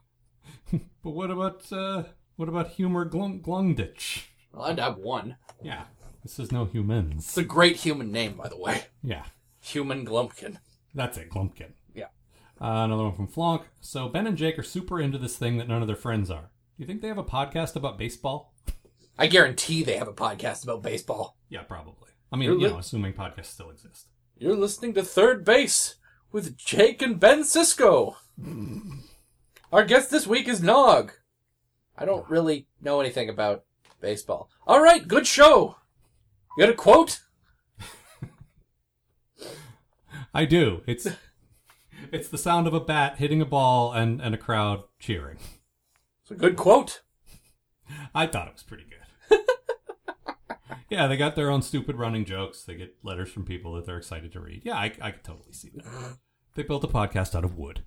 Speaker 2: But what about uh, what about humor glung, glungditch?
Speaker 3: well, I'd have one.
Speaker 2: Yeah, this is no
Speaker 3: It's
Speaker 2: humans.
Speaker 3: a great human name, by the way.
Speaker 2: Yeah,
Speaker 3: Human Glumpkin.
Speaker 2: that's it, Glumpkin.
Speaker 3: Yeah.
Speaker 2: Uh, another one from Flonk. So Ben and Jake are super into this thing that none of their friends are. Do you think they have a podcast about baseball?
Speaker 3: I guarantee they have a podcast about baseball.
Speaker 2: Yeah, probably. I mean,
Speaker 3: Really?
Speaker 2: you know, assuming podcasts still exist.
Speaker 3: You're listening to Third Base with Jake and Ben Cisco. Our guest this week is Nog. I don't really know anything about baseball. All right, good show. You got a quote?
Speaker 2: I do. It's it's the sound of a bat hitting a ball and and a crowd cheering.
Speaker 3: It's a good quote.
Speaker 2: I thought it was pretty good. yeah, they got their own stupid running jokes. They get letters from people that they're excited to read. Yeah, I, I could totally see that. They built a podcast out of wood.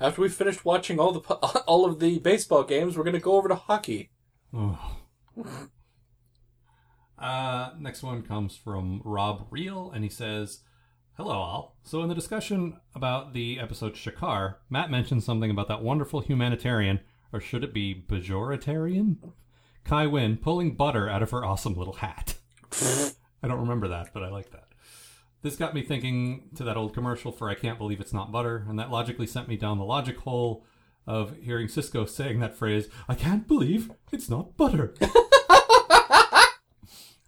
Speaker 3: After we finished watching all the po- all of the baseball games, we're going to go over to hockey.
Speaker 2: Oh. Uh, next one comes from Rob Reel, and he says, Hello, all. So, in the discussion about the episode Shakar, Matt mentioned something about that wonderful humanitarian, or should it be Bajoritarian? Kai Wynn pulling butter out of her awesome little hat. I don't remember that, but I like that. This got me thinking to that old commercial for I Can't Believe It's Not Butter, and that logically sent me down the logic hole of hearing Cisco saying that phrase, I can't believe it's not butter.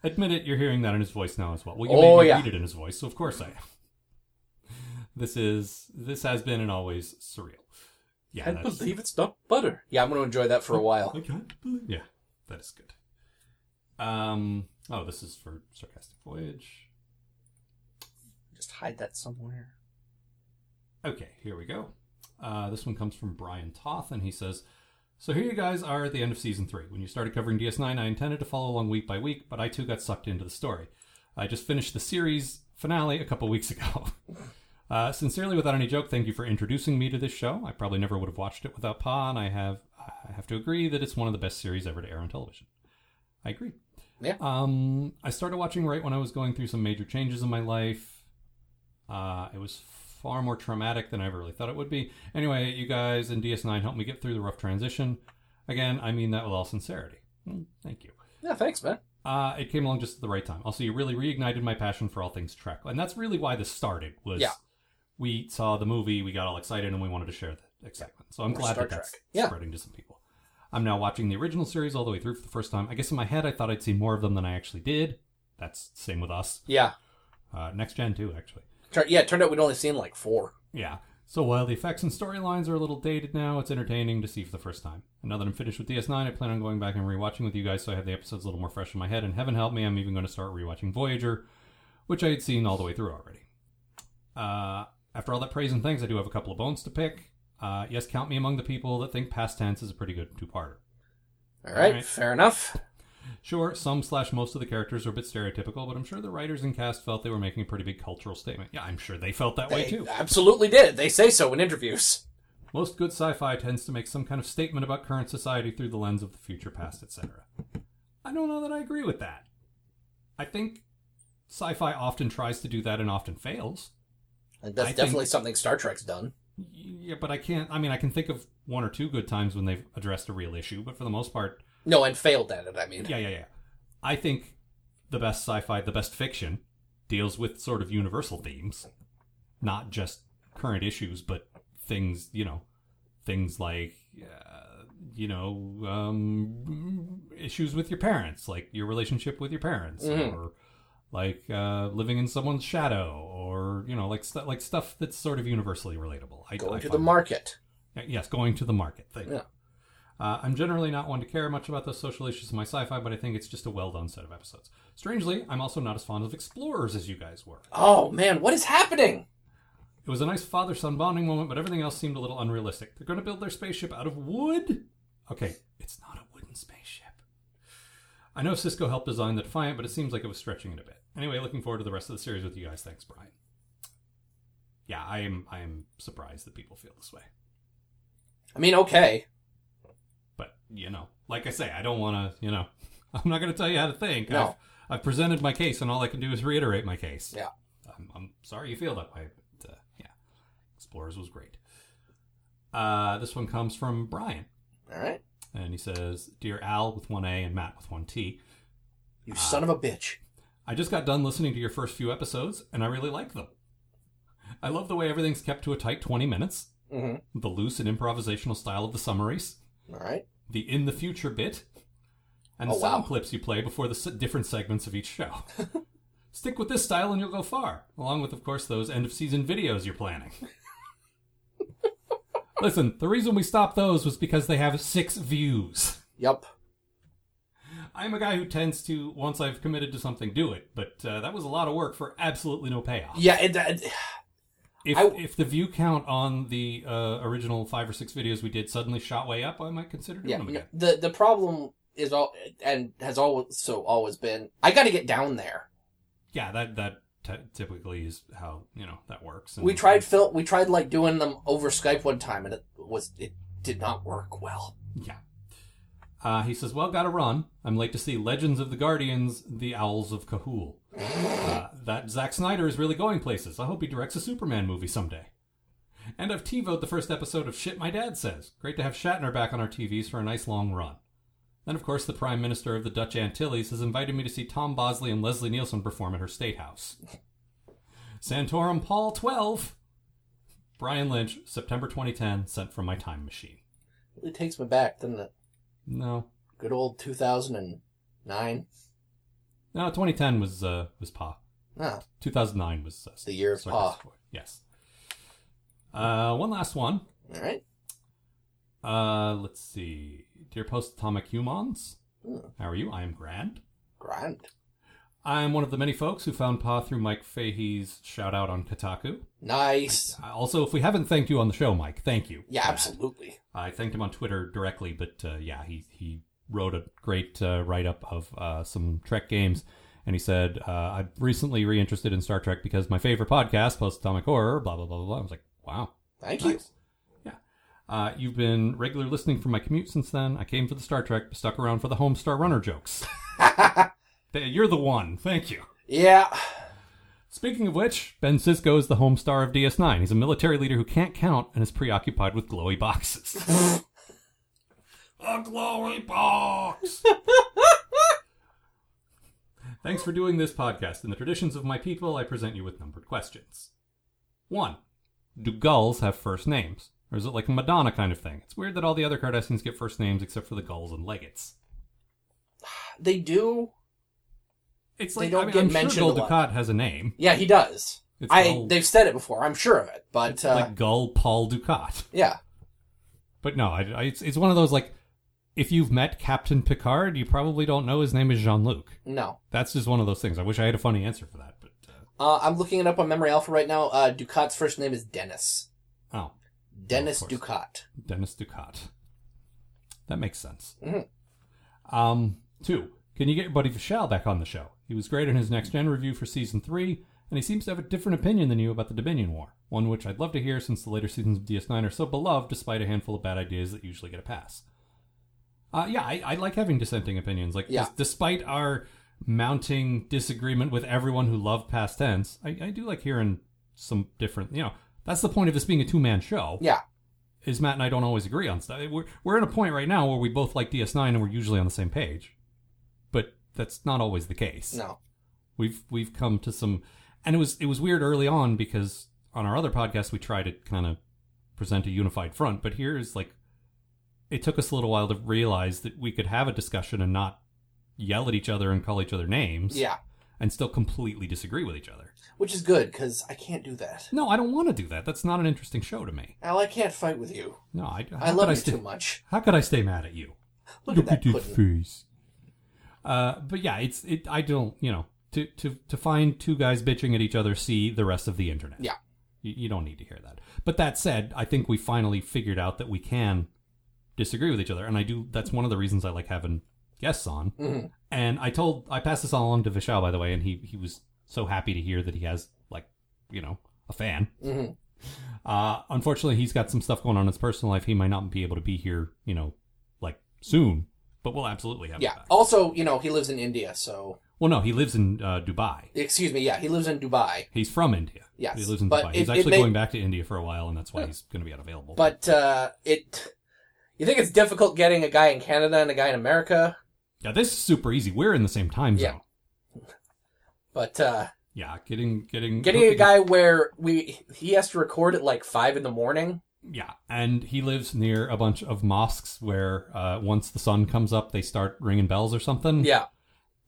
Speaker 2: Admit it, you're hearing that in his voice now as well. Well, you
Speaker 3: Oh,
Speaker 2: made me
Speaker 3: yeah.
Speaker 2: read it in his voice, so of course I am. This is, this has been and always surreal. Yeah,
Speaker 3: Can't
Speaker 2: that's-
Speaker 3: believe it's not butter. Yeah, I'm going to enjoy that for a while.
Speaker 2: I can't believe. Yeah, that is good. Um. Oh, this is for sarcastic voyage.
Speaker 3: Just hide that somewhere.
Speaker 2: Okay, here we go. Uh, this one comes from Brian Toth, and he says, "So here you guys are at the end of season three. When you started covering DS9, I intended to follow along week by week, but I too got sucked into the story. I just finished the series finale a couple weeks ago." Uh, sincerely, without any joke, thank you for introducing me to this show. I probably never would have watched it without Pa, and I have I have to agree that it's one of the best series ever to air on television. I agree.
Speaker 3: Yeah.
Speaker 2: Um, I started watching right when I was going through some major changes in my life. Uh, it was far more traumatic than I ever really thought it would be. Anyway, you guys in DS9 helped me get through the rough transition. Again, I mean that with all sincerity. Mm, Thank you.
Speaker 3: Yeah, thanks, man.
Speaker 2: Uh, it came along just at the right time. Also, you really reignited my passion for all things Trek, and that's really why this started. Was
Speaker 3: Yeah.
Speaker 2: we saw the movie, we got all excited, and we wanted to share the excitement. So I'm
Speaker 3: More
Speaker 2: glad
Speaker 3: Star
Speaker 2: that that's
Speaker 3: Trek. Yeah.
Speaker 2: spreading to some people. I'm now watching the original series all the way through for the first time. I guess in my head, I thought I'd seen more of them than I actually did. That's same with us.
Speaker 3: Yeah.
Speaker 2: Uh, next gen too, actually.
Speaker 3: Tur- yeah, it turned out we'd only seen like four.
Speaker 2: Yeah. So while the effects and storylines are a little dated now, it's entertaining to see for the first time. And now that I'm finished with DS9, I plan on going back and rewatching with you guys so I have the episodes a little more fresh in my head. And heaven help me, I'm even going to start rewatching Voyager, which I had seen all the way through already. Uh, after all that praise and thanks, I do have a couple of bones to pick. Uh, yes, count me among the people that think past tense is a pretty good two-parter.
Speaker 3: All right,
Speaker 2: Alright.
Speaker 3: fair enough.
Speaker 2: Sure, some slash most of the characters are a bit stereotypical, but I'm sure the writers and cast felt they were making a pretty big cultural statement. Yeah, I'm sure they felt that way
Speaker 3: They
Speaker 2: too.
Speaker 3: Absolutely did. They say so in interviews.
Speaker 2: Most good sci-fi tends to make some kind of statement about current society through the lens of the future, past, etc. I don't know that I agree with that. I think sci-fi often tries to do that and often fails.
Speaker 3: Like,
Speaker 2: I
Speaker 3: that's
Speaker 2: think-
Speaker 3: definitely something Star Trek's done.
Speaker 2: Yeah, but I can't. I mean, I can think of one or two good times when they've addressed a real issue, but for the most part,
Speaker 3: No, and failed at it, I mean.
Speaker 2: yeah, yeah, yeah. I think the best sci-fi, the best fiction, deals with sort of universal themes, not just current issues, but things you know, things like uh, you know um, issues with your parents, like your relationship with your parents,
Speaker 3: Mhm.
Speaker 2: or like uh, living in someone's shadow, or you know, like stu like stuff that's sort of universally relatable. I,
Speaker 3: Going
Speaker 2: I
Speaker 3: to the
Speaker 2: find-
Speaker 3: market.
Speaker 2: Uh, Yes, going to the market thing.
Speaker 3: Yeah.
Speaker 2: Uh, I'm generally not one to care much about those social issues in my sci-fi, but I think it's just a well-done set of episodes. Strangely, I'm also not as fond of explorers as you guys were.
Speaker 3: Oh, man, what is happening?
Speaker 2: It was a nice father-son bonding moment, but everything else seemed a little unrealistic. They're going to build their spaceship out of wood. Okay, it's not a wooden spaceship. I know Cisco helped design the Defiant, but it seems like it was stretching it a bit. Anyway, looking forward to the rest of the series with you guys. Thanks, Brian. Yeah, I am. I am surprised that people feel this way.
Speaker 3: I mean, okay.
Speaker 2: but you know, like I say, I don't want to. You know, I'm not going to tell you how to think.
Speaker 3: No.
Speaker 2: I've, I've presented my case, and all I can do is reiterate my case.
Speaker 3: Yeah.
Speaker 2: I'm, I'm sorry you feel that way, but uh, yeah, Explorers was great. Uh, this one comes from Brian,
Speaker 3: All right.
Speaker 2: and he says, "Dear Al with one A and Matt with one T,
Speaker 3: You
Speaker 2: Ah.
Speaker 3: son of a bitch.
Speaker 2: I just got done listening to your first few episodes, and I really like them. I love the way everything's kept to a tight 20 minutes,
Speaker 3: Mm-hmm.
Speaker 2: the loose and improvisational style of the summaries."
Speaker 3: All right.
Speaker 2: the in the future bit, and
Speaker 3: Oh,
Speaker 2: the sound
Speaker 3: wow.
Speaker 2: clips you play before the s- different segments of each show. Stick with this style and you'll go far, along with, of course, those end of season videos you're planning. Listen, the reason we stopped those was because they have six views.
Speaker 3: Yep.
Speaker 2: I'm a guy who tends to, once I've committed to something, do it, but uh, that was a lot of work for absolutely no payoff.
Speaker 3: Yeah. It, it-
Speaker 2: If,
Speaker 3: I-
Speaker 2: if the view count on the uh, original five or six videos we did suddenly shot way up, I might consider doing
Speaker 3: yeah.
Speaker 2: them
Speaker 3: no,
Speaker 2: again.
Speaker 3: the the problem is all and has also always been. I got to get down there.
Speaker 2: yeah that that t- typically is how you know that works
Speaker 3: We tried film. We tried like doing them over Skype one time, and it was it did not work well.
Speaker 2: yeah Uh, he says, "Well, gotta run. I'm late to see Legends of the Guardians: The Owls of Kahul. Uh, that Zack Snyder is really going places. I hope he directs a Superman movie someday." And I've TiVoed the first episode of Shit My Dad Says. Great to have Shatner back on our TVs for a nice long run. Then, of course, the Prime Minister of the Dutch Antilles has invited me to see Tom Bosley and Leslie Nielsen perform at her state house. Santorum Paul 12. Brian Lynch, September 2010, sent from my time machine.
Speaker 3: Really takes me back, doesn't it?
Speaker 2: No.
Speaker 3: Good old 2009.
Speaker 2: No, 2010 was uh, was Pa.
Speaker 3: Ah,
Speaker 2: 2009 was uh,
Speaker 3: the year of Pa.
Speaker 2: Circus Boy. Yes. Uh, one last one.
Speaker 3: all right.
Speaker 2: Uh, let's see. Dear Post Atomic Humans,
Speaker 3: Hmm.
Speaker 2: how are you? I am grand.
Speaker 3: Grand.
Speaker 2: I am one of the many folks who found Pa through Mike Fahey's shout out on Kotaku.
Speaker 3: Nice.
Speaker 2: Uh, Also, if we haven't thanked you on the show, Mike, thank you. Uh,
Speaker 3: Yeah,
Speaker 2: for that.
Speaker 3: absolutely.
Speaker 2: I thanked him on Twitter directly, but uh, yeah, he he wrote a great uh, write up of uh, some Trek games, and he said uh, I'm recently reinterested in Star Trek because my favorite podcast, Post Atomic Horror, blah blah blah blah. blah. I was like, wow,
Speaker 3: Thank you.
Speaker 2: nice. Yeah, uh, you've been regular listening for my commute since then. I came for the Star Trek, but stuck around for the Homestar Runner jokes. Th- You're the one. Thank you.
Speaker 3: Yeah.
Speaker 2: Speaking of which, Ben Sisko is the home star of DS9. He's a military leader who can't count and is preoccupied with glowy boxes. a glowy box! Thanks for doing this podcast. In the traditions of my people, I present you with numbered questions. One Do gulls have first names? Or is it like a Madonna kind of thing? It's weird that all the other Kardashians get first names except for the gulls and legates.
Speaker 3: They do.
Speaker 2: It's
Speaker 3: They
Speaker 2: like
Speaker 3: don't
Speaker 2: I mean,
Speaker 3: get
Speaker 2: I'm sure
Speaker 3: mentioned a
Speaker 2: Gul
Speaker 3: lot.
Speaker 2: Dukat has a name.
Speaker 3: Yeah, he does.
Speaker 2: It's
Speaker 3: I
Speaker 2: called-
Speaker 3: they've said it before. I'm sure of it, but
Speaker 2: It's
Speaker 3: uh,
Speaker 2: like Gull Paul Ducat.
Speaker 3: yeah,
Speaker 2: But no, I, I- it's it's one of those like if you've met Captain Picard, you probably don't know his name is Jean Luc.
Speaker 3: no.
Speaker 2: That's just one of those things. I wish I had a funny answer for that, but uh,
Speaker 3: Uh, I'm looking it up on Memory Alpha right now. Uh, Ducat's first name is Dennis.
Speaker 2: oh,
Speaker 3: Dennis
Speaker 2: course.
Speaker 3: Ducat.
Speaker 2: Dennis Ducat. That makes sense.
Speaker 3: Mhm.
Speaker 2: Um, two. Can you get your buddy Vishal back on the show? He was great in his next gen review for season three, and he seems to have a different opinion than you about the Dominion War. One which I'd love to hear, since the later seasons of DS9 are so beloved, despite a handful of bad ideas that usually get a pass. Uh, yeah, I, I like having dissenting opinions. Like,
Speaker 3: Yeah.
Speaker 2: des- despite our mounting disagreement with everyone who loved past tense, I, I do like hearing some different. You know, that's the point of this being a two man show
Speaker 3: Yeah,
Speaker 2: is Matt and I don't always agree on stuff. We're we're in a point right now where we both like DS9 and we're usually on the same page, but that's not always the case.
Speaker 3: no.
Speaker 2: We've we've come to some, and it was it was weird early on because on our other podcast we tried to kind of present a unified front, but here is like, it took us a little while to realize that we could have a discussion and not yell at each other and call each other names,
Speaker 3: Yeah,
Speaker 2: and still completely disagree with each other.
Speaker 3: which is good because I can't do that.
Speaker 2: No, I don't want to do that. That's not an interesting show to me.
Speaker 3: Al, I can't fight with you.
Speaker 2: No, I how
Speaker 3: I
Speaker 2: could
Speaker 3: love you
Speaker 2: stay-
Speaker 3: too much.
Speaker 2: How could I stay mad at you?
Speaker 3: Look at that pudding.
Speaker 2: face. Uh, but yeah, it's it. I don't, you know, to to to find two guys bitching at each other. See the rest of the internet.
Speaker 3: Yeah.
Speaker 2: you, you don't need to hear that. But that said, I think we finally figured out that we can disagree with each other, and I do. That's one of the reasons I like having guests on.
Speaker 3: Mhm.
Speaker 2: And I told I passed this all along to Vishal, by the way, and he he was so happy to hear that he has like you know a fan.
Speaker 3: Mhm.
Speaker 2: Uh, unfortunately, he's got some stuff going on in his personal life. He might not be able to be here, you know, like soon, but we'll absolutely have
Speaker 3: Yeah.
Speaker 2: him back.
Speaker 3: Also, you know, he lives in India, so
Speaker 2: Well, no, he lives in uh, Dubai.
Speaker 3: excuse me. Yeah, he lives in Dubai.
Speaker 2: He's from India.
Speaker 3: Yes,
Speaker 2: He lives in
Speaker 3: but
Speaker 2: Dubai.
Speaker 3: it-
Speaker 2: He's
Speaker 3: it
Speaker 2: actually
Speaker 3: may-
Speaker 2: going back to India for a while, and that's why he's going to be unavailable.
Speaker 3: But uh, it, you think it's difficult getting a guy in Canada and a guy in America?
Speaker 2: yeah, this is super easy. We're in the same time
Speaker 3: Yeah.
Speaker 2: zone.
Speaker 3: But uh,
Speaker 2: Yeah, getting getting
Speaker 3: getting a guy where we he has to record at like five in the morning.
Speaker 2: Yeah, and he lives near a bunch of mosques where uh, once the sun comes up, they start ringing bells or something.
Speaker 3: Yeah,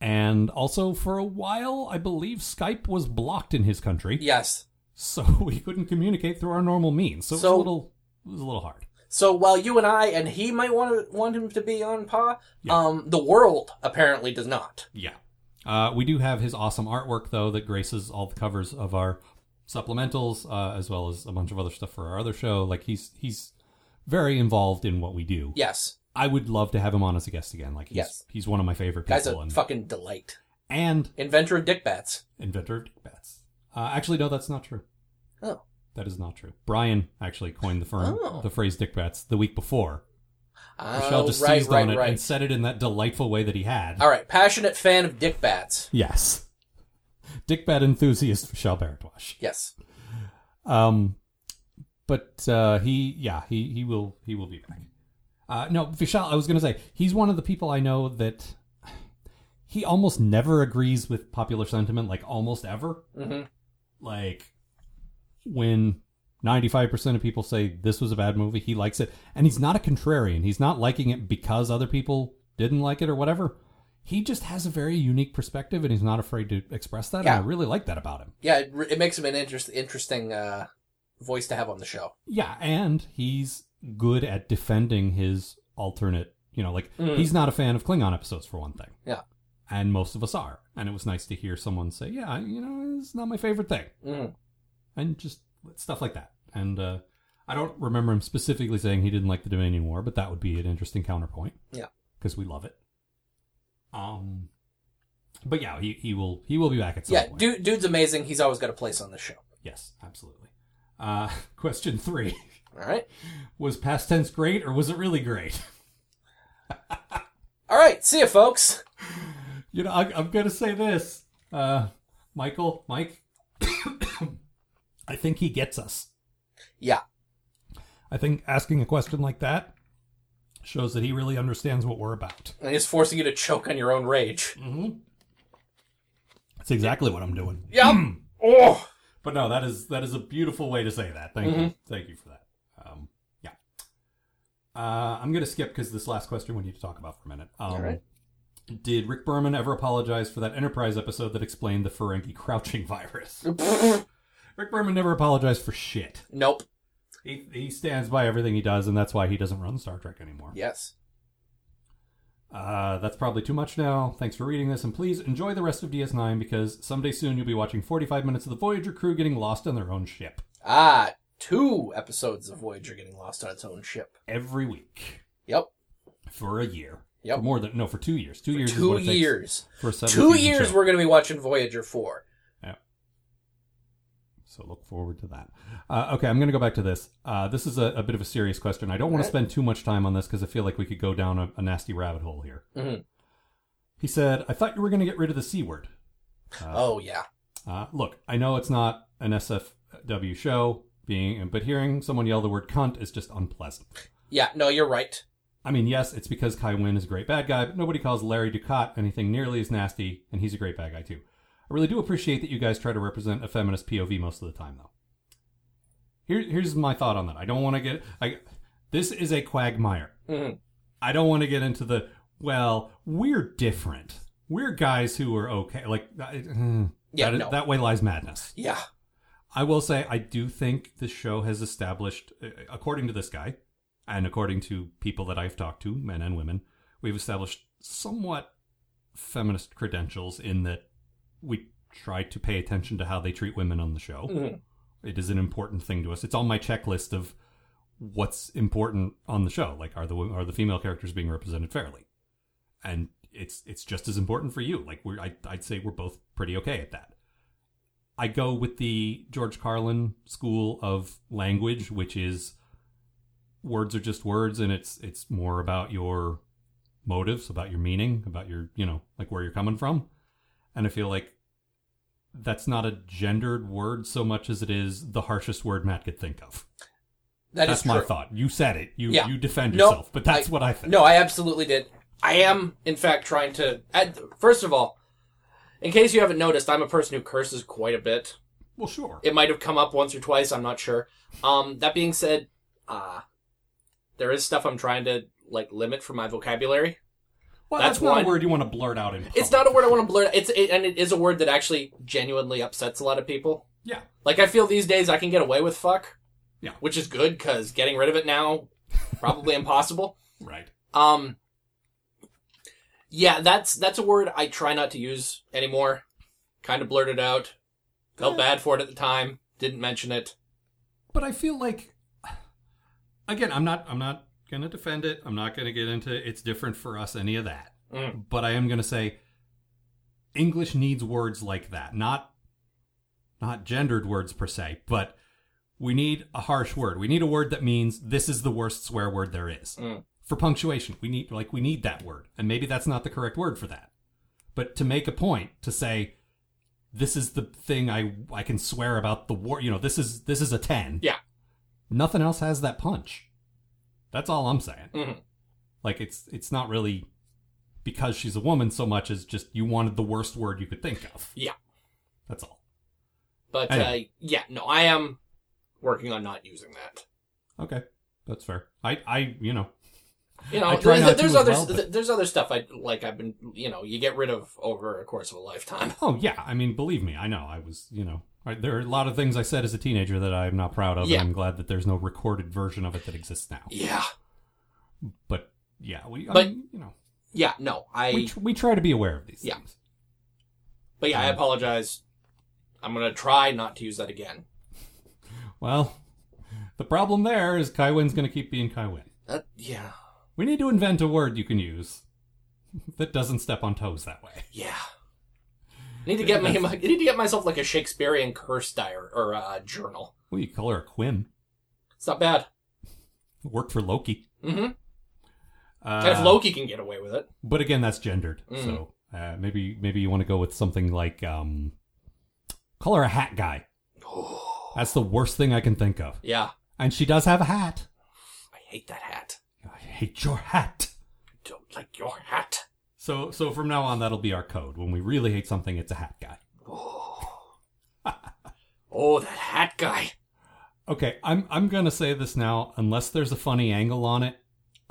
Speaker 2: And also, for a while, I believe Skype was blocked in his country.
Speaker 3: yes.
Speaker 2: so we couldn't communicate through our normal means. So, it was
Speaker 3: So-
Speaker 2: a little it was a little hard.
Speaker 3: So while you and I and he might want to want him to be on Pa,
Speaker 2: Yeah.
Speaker 3: um, the world apparently does not.
Speaker 2: Yeah. Uh, we do have his awesome artwork though that graces all the covers of our supplementals uh, as well as a bunch of other stuff for our other show. Like he's he's very involved in what we do.
Speaker 3: Yes,
Speaker 2: I would love to have him on as a guest again. Like he's
Speaker 3: Yes.
Speaker 2: he's one of my favorite people
Speaker 3: guy's a
Speaker 2: and,
Speaker 3: fucking delight.
Speaker 2: and
Speaker 3: Inventor of dick bats.
Speaker 2: inventor of dick bats. Uh, actually no, that's not true.
Speaker 3: Oh,
Speaker 2: That is not true. Brian actually coined the firm
Speaker 3: Oh.
Speaker 2: the phrase dick bats the week before Michelle
Speaker 5: Oh,
Speaker 2: just
Speaker 5: right,
Speaker 2: seized
Speaker 5: right,
Speaker 2: on it
Speaker 5: right.
Speaker 2: and said it in that delightful way that he had.
Speaker 5: All right, passionate fan of dick bats.
Speaker 2: Yes. Dickbat enthusiast Michelle Baratwash.
Speaker 5: Yes.
Speaker 2: Um, but uh, he, yeah, he he will he will be back. Uh, no, Vishal, I was going to say he's one of the people I know that he almost never agrees with popular sentiment, like almost ever.
Speaker 3: Mm-hmm.
Speaker 5: Mhm.
Speaker 2: Like when ninety-five percent of people say this was a bad movie, he likes it, and he's not a contrarian. He's not liking it because other people didn't like it or whatever. He just has a very unique perspective, and he's not afraid to express that.
Speaker 5: Yeah.
Speaker 2: And I really like that about him.
Speaker 5: Yeah, it, re- it makes him an interest, interesting uh, voice to have on the show.
Speaker 2: Yeah, and he's good at defending his alternate. You know, like
Speaker 5: Mm.
Speaker 2: he's not a fan of Klingon episodes for one thing.
Speaker 5: Yeah.
Speaker 2: and most of us are. And it was nice to hear someone say, "Yeah, you know, it's not my favorite thing,"
Speaker 5: Mm.
Speaker 2: and just stuff like that. And uh, I don't remember him specifically saying he didn't like the Dominion War, but that would be an interesting counterpoint.
Speaker 5: Yeah.
Speaker 2: because we love it. Um, but yeah, he, he will he will be back at some
Speaker 5: Yeah,
Speaker 2: point.
Speaker 5: dude, dude's amazing. He's always got a place on the show.
Speaker 2: Yes, absolutely. Uh, question three.
Speaker 5: All right.
Speaker 2: was past tense great or was it really great?
Speaker 5: All right. See you, folks.
Speaker 2: You know, I, I'm going to say this, uh, Michael, Mike. I think he gets us.
Speaker 5: Yeah.
Speaker 2: I think asking a question like that shows that he really understands what we're about.
Speaker 5: And he's forcing you to choke on your own rage.
Speaker 2: Mm-hmm. That's exactly what I'm doing.
Speaker 5: Yep. oh.
Speaker 2: But no, that is that is a beautiful way to say that. Thank you, thank you for that. Um, yeah, uh, I'm going to skip because this last question we need to talk about for a minute. Um,
Speaker 5: All right.
Speaker 2: Did Rick Berman ever apologize for that Enterprise episode that explained the Ferengi crouching virus? Rick Berman never apologized for shit.
Speaker 5: Nope.
Speaker 2: He, he stands by everything he does, and that's why he doesn't run Star Trek anymore.
Speaker 5: Yes.
Speaker 2: Uh, that's probably too much now. Thanks for reading this, and please enjoy the rest of DS9 because someday soon you'll be watching 45 minutes of the Voyager crew getting lost on their own ship
Speaker 5: Ah, two episodes of Voyager getting lost on its own ship.
Speaker 2: every week.
Speaker 5: Yep.
Speaker 2: for a year.
Speaker 5: Yep.
Speaker 2: For more than no, for two years. Two years. is
Speaker 5: Two
Speaker 2: what it takes
Speaker 5: years.
Speaker 2: For a seven
Speaker 5: Two
Speaker 2: season
Speaker 5: years
Speaker 2: show.
Speaker 5: we're going to be watching Voyager 4.
Speaker 2: So look forward to that. Uh, okay, I'm going to go back to this. Uh, this is a, a bit of a serious question. I don't want to
Speaker 5: Alright.
Speaker 2: spend too much time on this because I feel like we could go down a, a nasty rabbit hole here.
Speaker 5: Mhm.
Speaker 2: He said, "I thought you were going to get rid of the c word."
Speaker 5: Oh, yeah.
Speaker 2: Uh, look, I know it's not an SFW show, being, but hearing someone yell the word "cunt" is just unpleasant.
Speaker 5: Yeah, no, you're right.
Speaker 2: I mean, yes, it's because Kai Wynn is a great bad guy, but nobody calls Larry Ducat anything nearly as nasty, and he's a great bad guy too. I really do appreciate that you guys try to represent a feminist POV most of the time, though. Here, here's my thought on that. I don't want to get. I, this is a quagmire.
Speaker 5: Mhm.
Speaker 2: I don't want to get into the. Well, we're different. We're guys who are okay. Like, I-
Speaker 5: Yeah,
Speaker 2: that,
Speaker 5: no.
Speaker 2: that way lies madness.
Speaker 5: Yeah.
Speaker 2: I will say I do think the show has established, uh, according to this guy, and according to people that I've talked to, men and women, we've established somewhat feminist credentials in that we try to pay attention to how they treat women on the show.
Speaker 5: Mhm.
Speaker 2: It is an important thing to us. It's on my checklist of what's important on the show. Like, are the wo- are the female characters being represented fairly? And it's it's just as important for you. Like, we're I, I'd say we're both pretty okay at that. I go with the George Carlin school of language, which is words are just words, and it's it's more about your motives, about your meaning, about your you know like where you're coming from. And I feel like that's not a gendered word so much as it is the harshest word Matt could think of.
Speaker 5: that's
Speaker 2: that's my thought. You said it. You
Speaker 5: Yeah.
Speaker 2: you defend
Speaker 5: No,
Speaker 2: yourself, but that's
Speaker 5: I-
Speaker 2: what I think.
Speaker 5: No, I absolutely did. I am, in fact, trying to. Add, first of all,
Speaker 3: In case you haven't noticed, I'm a person who curses quite a bit.
Speaker 2: Well, sure.
Speaker 3: It might have come up once or twice. I'm not sure. Um, that being said, uh, there is stuff I'm trying to like limit from my vocabulary.
Speaker 2: well,
Speaker 3: that's
Speaker 2: that's, not
Speaker 3: one.
Speaker 2: a word you want to blurt out in.
Speaker 3: It's
Speaker 2: public.
Speaker 3: not a word I want to blurt. It's it, and it is a word that actually genuinely upsets a lot of people.
Speaker 2: Yeah.
Speaker 3: Like I feel these days I can get away with fuck.
Speaker 2: Yeah.
Speaker 3: Which is good because getting rid of it now probably impossible.
Speaker 2: Right.
Speaker 3: Um. Yeah, that's that's a word I try not to use anymore. Kind of blurted out. Felt bad for it at the time. Didn't mention it.
Speaker 2: but I feel like again, I'm not I'm not gonna defend it. I'm not gonna get into it's different for us any of that.
Speaker 3: Mm.
Speaker 2: But I am gonna say English needs words like that, not not gendered words per se, but we need a harsh word. We need a word that means this is the worst swear word there is.
Speaker 3: Mm.
Speaker 2: for punctuation. We need like we need that word, and maybe that's not the correct word for that. But to make a point to say, this is the thing I I can swear about the war. You know, this is this is a ten.
Speaker 3: Yeah.
Speaker 2: Nothing else has that punch. That's all I'm saying.
Speaker 3: Mhm.
Speaker 2: Like it's it's not really because she's a woman so much as just you wanted the worst word you could think of.
Speaker 3: Yeah.
Speaker 2: That's all.
Speaker 3: But uh,
Speaker 2: Anyway.
Speaker 3: yeah, no, I am working on not using that.
Speaker 2: Okay. That's fair. I I you know
Speaker 3: You know,
Speaker 2: I try
Speaker 3: there's,
Speaker 2: not to
Speaker 3: there's
Speaker 2: as
Speaker 3: other
Speaker 2: well, but-
Speaker 3: there's other stuff I like. I've been you know you get rid of over a course of a lifetime.
Speaker 2: Oh yeah, I mean, believe me, I know. I was, you know, I, there are a lot of things I said as a teenager that I am not proud of,
Speaker 3: Yeah.
Speaker 2: and I'm glad that there's no recorded version of it that exists now.
Speaker 3: Yeah,
Speaker 2: But yeah, we, I
Speaker 3: But-
Speaker 2: mean, you know,
Speaker 3: yeah, no, I
Speaker 2: we, tr- we try to be aware of these
Speaker 3: Yeah.
Speaker 2: things.
Speaker 3: but yeah, I apologize. I'm gonna try not to use that again.
Speaker 2: Well, the problem there is Kaiwin's going to keep being Kaiwin.
Speaker 3: That yeah,
Speaker 2: We need to invent a word you can use that doesn't step on toes that way.
Speaker 3: yeah. I need to get me I need to get myself like a Shakespearean curse diary or uh, journal.
Speaker 2: We could call her a Quim.
Speaker 3: It's not bad.
Speaker 2: Worked for Loki.
Speaker 3: Mm-hmm.
Speaker 2: Uh,
Speaker 3: if Loki can get away with it,
Speaker 2: but again that's gendered
Speaker 3: Mm.
Speaker 2: so uh, maybe maybe you want to go with something like um call her a hat guy that's the worst thing i can think of
Speaker 3: yeah,
Speaker 2: and she does have a hat
Speaker 3: I hate that hat.
Speaker 2: i hate your hat
Speaker 3: I don't like your hat.
Speaker 2: so so from now on that'll be our code when we really hate something it's a hat guy
Speaker 3: Oh, that hat guy.
Speaker 2: okay i'm i'm gonna say this now unless there's a funny angle on it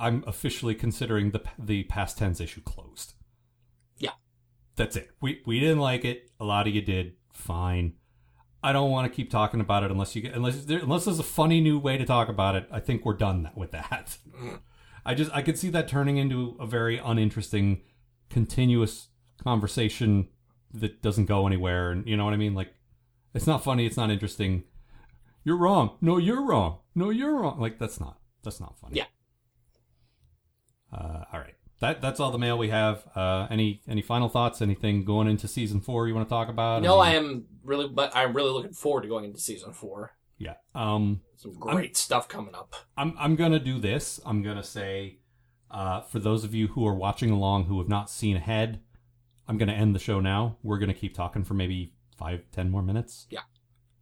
Speaker 2: i'm officially considering the the past tense issue closed
Speaker 3: Yeah.
Speaker 2: that's it we we didn't like it a lot of you did fine i don't want to keep talking about it unless you get unless there, unless there's a funny new way to talk about it i think we're done that, with that i just i could see that turning into a very uninteresting continuous conversation that doesn't go anywhere and you know what i mean like it's not funny it's not interesting you're wrong. No, you're wrong. No, you're wrong. Like that's not that's not funny.
Speaker 3: Yeah.
Speaker 2: Uh, all right. That that's all the mail we have. Uh, any any final thoughts? Anything going into season four you want to talk about?
Speaker 3: No,
Speaker 2: mean,
Speaker 3: I am really, but I'm really looking forward to going into season four.
Speaker 2: Yeah. Um.
Speaker 3: Some great stuff coming up.
Speaker 2: I'm I'm gonna do this. I'm gonna say, uh, for those of you who are watching along who have not seen ahead, I'm gonna end the show now. We're gonna keep talking for maybe five, ten more minutes.
Speaker 3: Yeah.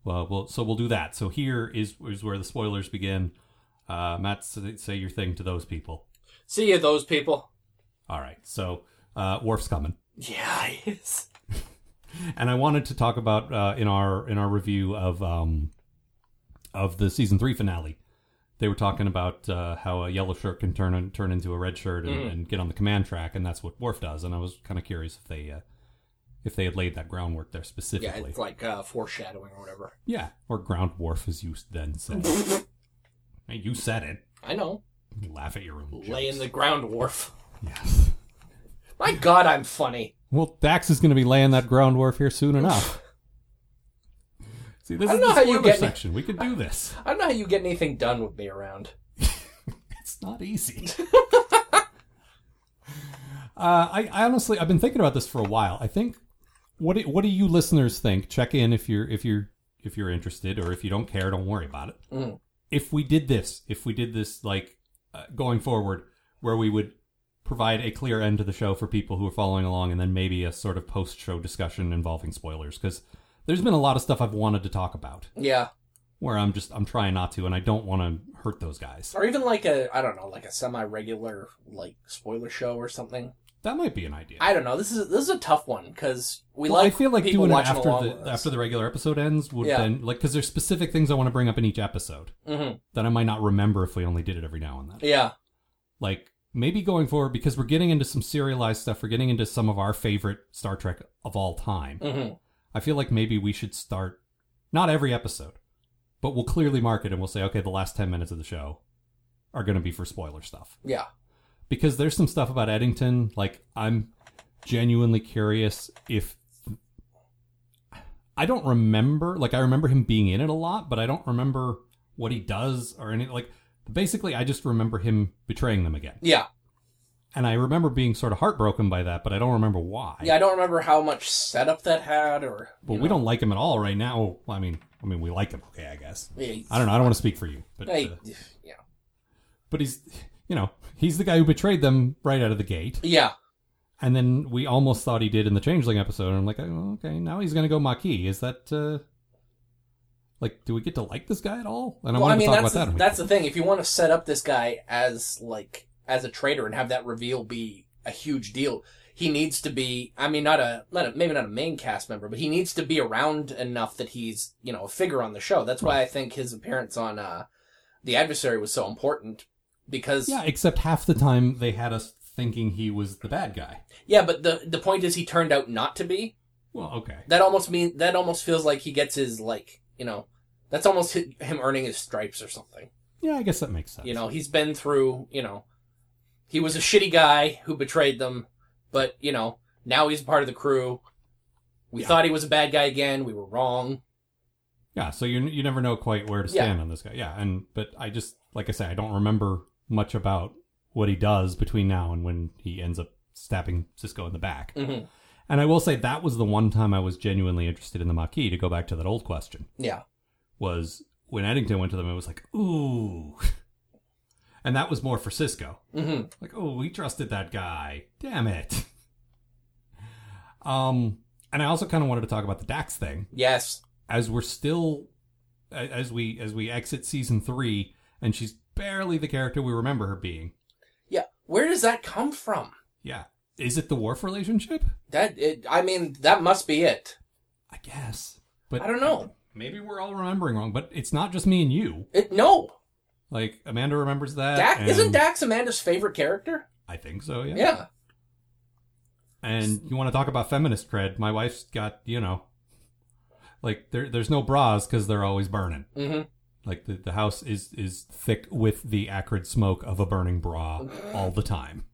Speaker 2: Well, well, so we'll do that. So here is is where the spoilers begin. Uh, Matt, say say your thing to those people.
Speaker 3: See you, those people.
Speaker 2: All right. So uh, Worf's coming,
Speaker 3: Yeah, he is.
Speaker 2: and I wanted to talk about uh, in our in our review of um, of the season three finale. They were talking about uh, how a yellow shirt can turn turn into a red shirt and,
Speaker 3: Mm-hmm.
Speaker 2: and get on the command track, and that's what Worf does. And I was kind of curious if they uh, if they had laid that groundwork there
Speaker 3: Yeah,
Speaker 2: specifically.
Speaker 3: it's like uh, foreshadowing or whatever.
Speaker 2: Yeah, or ground Worf as you then said. Hey, you said it.
Speaker 3: I know.
Speaker 2: Laugh at your own
Speaker 3: Lay in the
Speaker 2: jokes.
Speaker 3: ground wharf.
Speaker 2: Yes.
Speaker 3: My God, I'm funny.
Speaker 2: Well, Dax is going to be laying that groundwork here soon enough. See, this
Speaker 3: I
Speaker 2: is
Speaker 3: don't know
Speaker 2: the
Speaker 3: how you
Speaker 2: spoiler
Speaker 3: get me-
Speaker 2: section. We could do this.
Speaker 3: I don't know how you get anything done with me around.
Speaker 2: It's not easy. uh, I, I honestly, I've been thinking about this for a while. I think what do, what do you listeners think? Check in if you're if you're if you're interested, or if you don't care, don't worry about it.
Speaker 3: Mm.
Speaker 2: If we did this, if we did this like uh, going forward, where we would provide a clear end to the show for people who are following along, and then maybe a sort of post-show discussion involving spoilers, because there's been a lot of stuff I've wanted to talk about
Speaker 3: Yeah,
Speaker 2: where I'm just I'm trying not to, and I don't want to hurt those guys.
Speaker 3: or even like a I don't know, like a semi-regular like spoiler show or something.
Speaker 2: That might be an idea.
Speaker 3: I don't know. This is this is a tough one because we
Speaker 2: Well,
Speaker 3: like.
Speaker 2: I feel like
Speaker 3: people
Speaker 2: doing it
Speaker 3: watching
Speaker 2: after
Speaker 3: along
Speaker 2: the
Speaker 3: with
Speaker 2: after the regular episode ends would
Speaker 3: Yeah.
Speaker 2: then like because there's specific things I want to bring up in each episode
Speaker 3: hmm
Speaker 2: that I might not remember if we only did it every now and then.
Speaker 3: Yeah,
Speaker 2: Like maybe going forward because we're getting into some serialized stuff. We're getting into some of our favorite Star Trek of all time.
Speaker 3: hmm
Speaker 2: I feel like maybe we should start not every episode, but we'll clearly mark it and we'll say okay, the last ten minutes of the show are going to be for spoiler stuff
Speaker 3: yeah,
Speaker 2: because there's some stuff about Eddington. Like I'm genuinely curious if I don't remember. Like I remember him being in it a lot, but I don't remember what he does or any like. Basically, I just remember him betraying them again,
Speaker 3: yeah,
Speaker 2: and I remember being sort of heartbroken by that, but I don't remember why.
Speaker 3: yeah. I don't remember how much setup that had, or
Speaker 2: but we don't like him at all right now. Well, I mean, I mean, we like him. Okay, I guess.
Speaker 3: Yeah,
Speaker 2: I don't know. I don't want to speak for you, uh, but
Speaker 3: Hey,
Speaker 2: uh,
Speaker 3: yeah,
Speaker 2: but he's you know, he's the guy who betrayed them right out of the gate.
Speaker 3: Yeah.
Speaker 2: And then we almost thought he did in the Changeling episode. And I'm like, oh, okay, now he's going to go Maquis. Is that, uh, like, do we get to like this guy at all? And I
Speaker 3: well, I
Speaker 2: wanted
Speaker 3: mean,
Speaker 2: to talk
Speaker 3: that's
Speaker 2: about that.
Speaker 3: the,
Speaker 2: in a
Speaker 3: that's
Speaker 2: minute.
Speaker 3: the thing. If you want to set up this guy as like as a traitor and have that reveal be a huge deal, he needs to be. I mean, not a not a, maybe not a main cast member, but he needs to be around enough that he's you know a figure on the show. That's why I think his appearance on uh the adversary was so important because
Speaker 2: yeah, except half the time they had us thinking he was the bad guy.
Speaker 3: yeah. But the the point is, he turned out not to be.
Speaker 2: Well, okay.
Speaker 3: That almost mean that almost feels like he gets his like you know that's almost hi- him earning his stripes or something.
Speaker 2: Yeah, I guess that makes sense.
Speaker 3: You know, he's been through, you know, he was a shitty guy who betrayed them, but, you know, now he's part of the crew. We
Speaker 2: Yeah.
Speaker 3: thought he was a bad guy again. We were wrong.
Speaker 2: Yeah, so you you never know quite where to
Speaker 3: Yeah.
Speaker 2: stand on this guy. Yeah, and but I just like I say, I don't remember much about what he does between now and when he ends up stabbing Cisco in the back.
Speaker 3: Mhm.
Speaker 2: And I will say that was the one time I was genuinely interested in the Maquis. To go back to that old question,
Speaker 3: Yeah.
Speaker 2: was when Eddington went to them. It was like ooh, and that was more for Cisco.
Speaker 3: hmm
Speaker 2: Like, oh, we trusted that guy. Damn it. Um, and I also kind of wanted to talk about the Dax thing
Speaker 3: Yes.
Speaker 2: as we're still a- as we as we exit season three, and she's barely the character we remember her being.
Speaker 3: Yeah. Where does that come from?
Speaker 2: Yeah, is it the Worf relationship?
Speaker 3: That, it, I mean, that must be it.
Speaker 2: I guess, but
Speaker 3: I don't know.
Speaker 2: Maybe we're all remembering wrong, but it's not just me and you.
Speaker 3: It, no.
Speaker 2: Like Amanda remembers that.
Speaker 3: Dax,
Speaker 2: Uh, and
Speaker 3: isn't Dax Amanda's favorite character?
Speaker 2: I think so. Yeah.
Speaker 3: Yeah.
Speaker 2: And you want to talk about feminist cred? My wife's got you know, like there there's no bras because they're always burning.
Speaker 3: hmm
Speaker 2: Like the, the house is is thick with the acrid smoke of a burning bra all the time.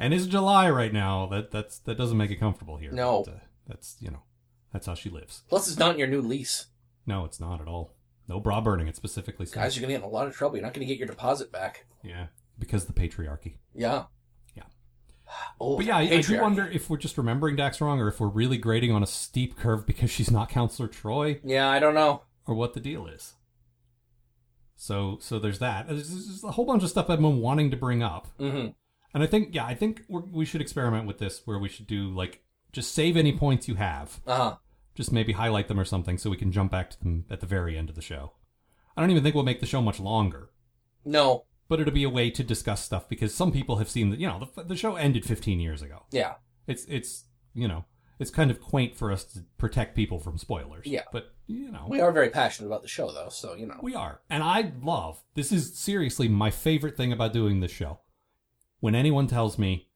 Speaker 2: And it's July right now. That that's that doesn't make it comfortable here.
Speaker 3: No.
Speaker 2: But, uh, that's you know, that's how she lives.
Speaker 3: Plus, it's not in your new lease.
Speaker 2: No, it's not at all. No bra burning. It specifically says.
Speaker 3: Guys, you're going to get in a lot of trouble. You're not going to get your deposit back.
Speaker 2: Yeah, because the patriarchy.
Speaker 3: Yeah.
Speaker 2: Yeah.
Speaker 3: Oh,
Speaker 2: But yeah, I, I do
Speaker 3: patriarchy.
Speaker 2: wonder if we're just remembering Dax wrong, or if we're really grading on a steep curve because she's not Counselor Troy,
Speaker 3: Yeah, I don't know.
Speaker 2: or what the deal is. So so there's that. There's, there's a whole bunch of stuff I've been wanting to bring up.
Speaker 3: hmm
Speaker 2: And I think, yeah, I think we're, we should experiment with this where we should do like just save any points you have,
Speaker 3: Uh huh.
Speaker 2: just maybe highlight them or something so we can jump back to them at the very end of the show. I don't even think we'll make the show much longer,
Speaker 3: No.
Speaker 2: but it'll be a way to discuss stuff because some people have seen that, you know, the, the show ended 15 years ago.
Speaker 3: Yeah.
Speaker 2: It's, it's, you know, it's kind of quaint for us to protect people from spoilers.
Speaker 3: Yeah.
Speaker 2: But, you know,
Speaker 3: We are very passionate about the show, though, so you know.
Speaker 2: We are. And I love this is seriously my favorite thing about doing this show. When anyone tells me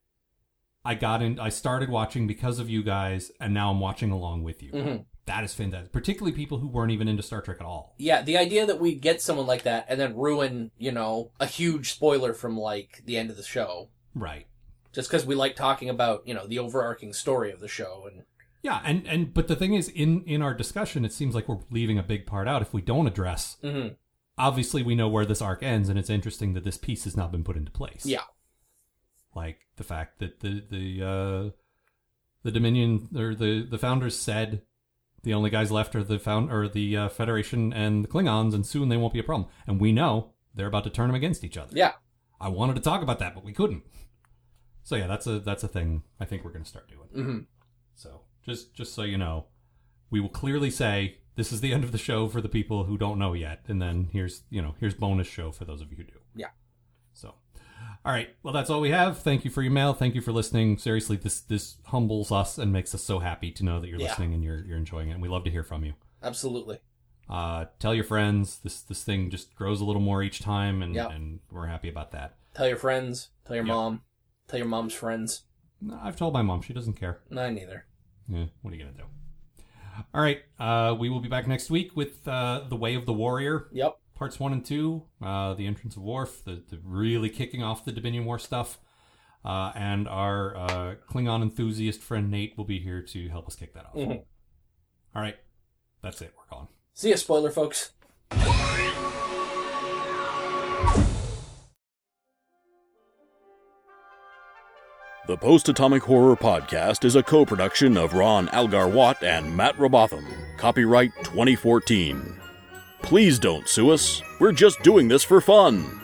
Speaker 2: I got in I started watching because of you guys and now I'm watching along with you.
Speaker 3: Mhm.
Speaker 2: That is fantastic. Particularly people who weren't even into Star Trek at all.
Speaker 3: Yeah, the idea that we get someone like that and then ruin, you know, a huge spoiler from like the end of the show
Speaker 2: Right.
Speaker 3: just because we like talking about, you know, the overarching story of the show and
Speaker 2: Yeah, and, and but the thing is in in our discussion it seems like we're leaving a big part out if we don't address
Speaker 3: Mhm.
Speaker 2: obviously we know where this arc ends and it's interesting that this piece has not been put into place.
Speaker 3: yeah,
Speaker 2: like the fact that the the uh, the Dominion or the the founders said the only guys left are the found or the uh, Federation and the Klingons, and soon they won't be a problem. And we know they're about to turn them against each other.
Speaker 3: yeah,
Speaker 2: I wanted to talk about that, but we couldn't. So yeah, that's a that's a thing I think we're going to start doing.
Speaker 3: Mhm.
Speaker 2: So just just so you know, we will clearly say this is the end of the show for the people who don't know yet, and then here's you know here's bonus show for those of you who do.
Speaker 3: Yeah.
Speaker 2: So, all right, well that's all we have. Thank you for your mail. Thank you for listening. Seriously, this this humbles us and makes us so happy to know that you're
Speaker 3: Yeah.
Speaker 2: listening and you're you're enjoying it. And we love to hear from you.
Speaker 3: absolutely.
Speaker 2: Uh, tell your friends. This this thing just grows a little more each time, and
Speaker 3: Yeah.
Speaker 2: and we're happy about that.
Speaker 3: Tell your friends, tell your
Speaker 2: Yeah.
Speaker 3: mom, tell your mom's friends.
Speaker 2: No, I've told my mom she doesn't care.
Speaker 3: No, neither.
Speaker 2: Yeah, what are you gonna do? All right, uh, we will be back next week with uh, the Way of the Warrior,
Speaker 3: Yep.
Speaker 2: parts one and two, uh, the entrance of Worf, the, the really kicking off the Dominion War stuff, uh, and our uh, Klingon enthusiast friend Nate will be here to help us kick that off.
Speaker 3: Mhm.
Speaker 2: All right, that's it. We're gone.
Speaker 3: See ya, spoiler folks.
Speaker 1: The Post Atomic Horror Podcast is a co production of Ron Algar Watt and Matt Robotham. Copyright 2014. Please don't sue us. We're just doing this for fun.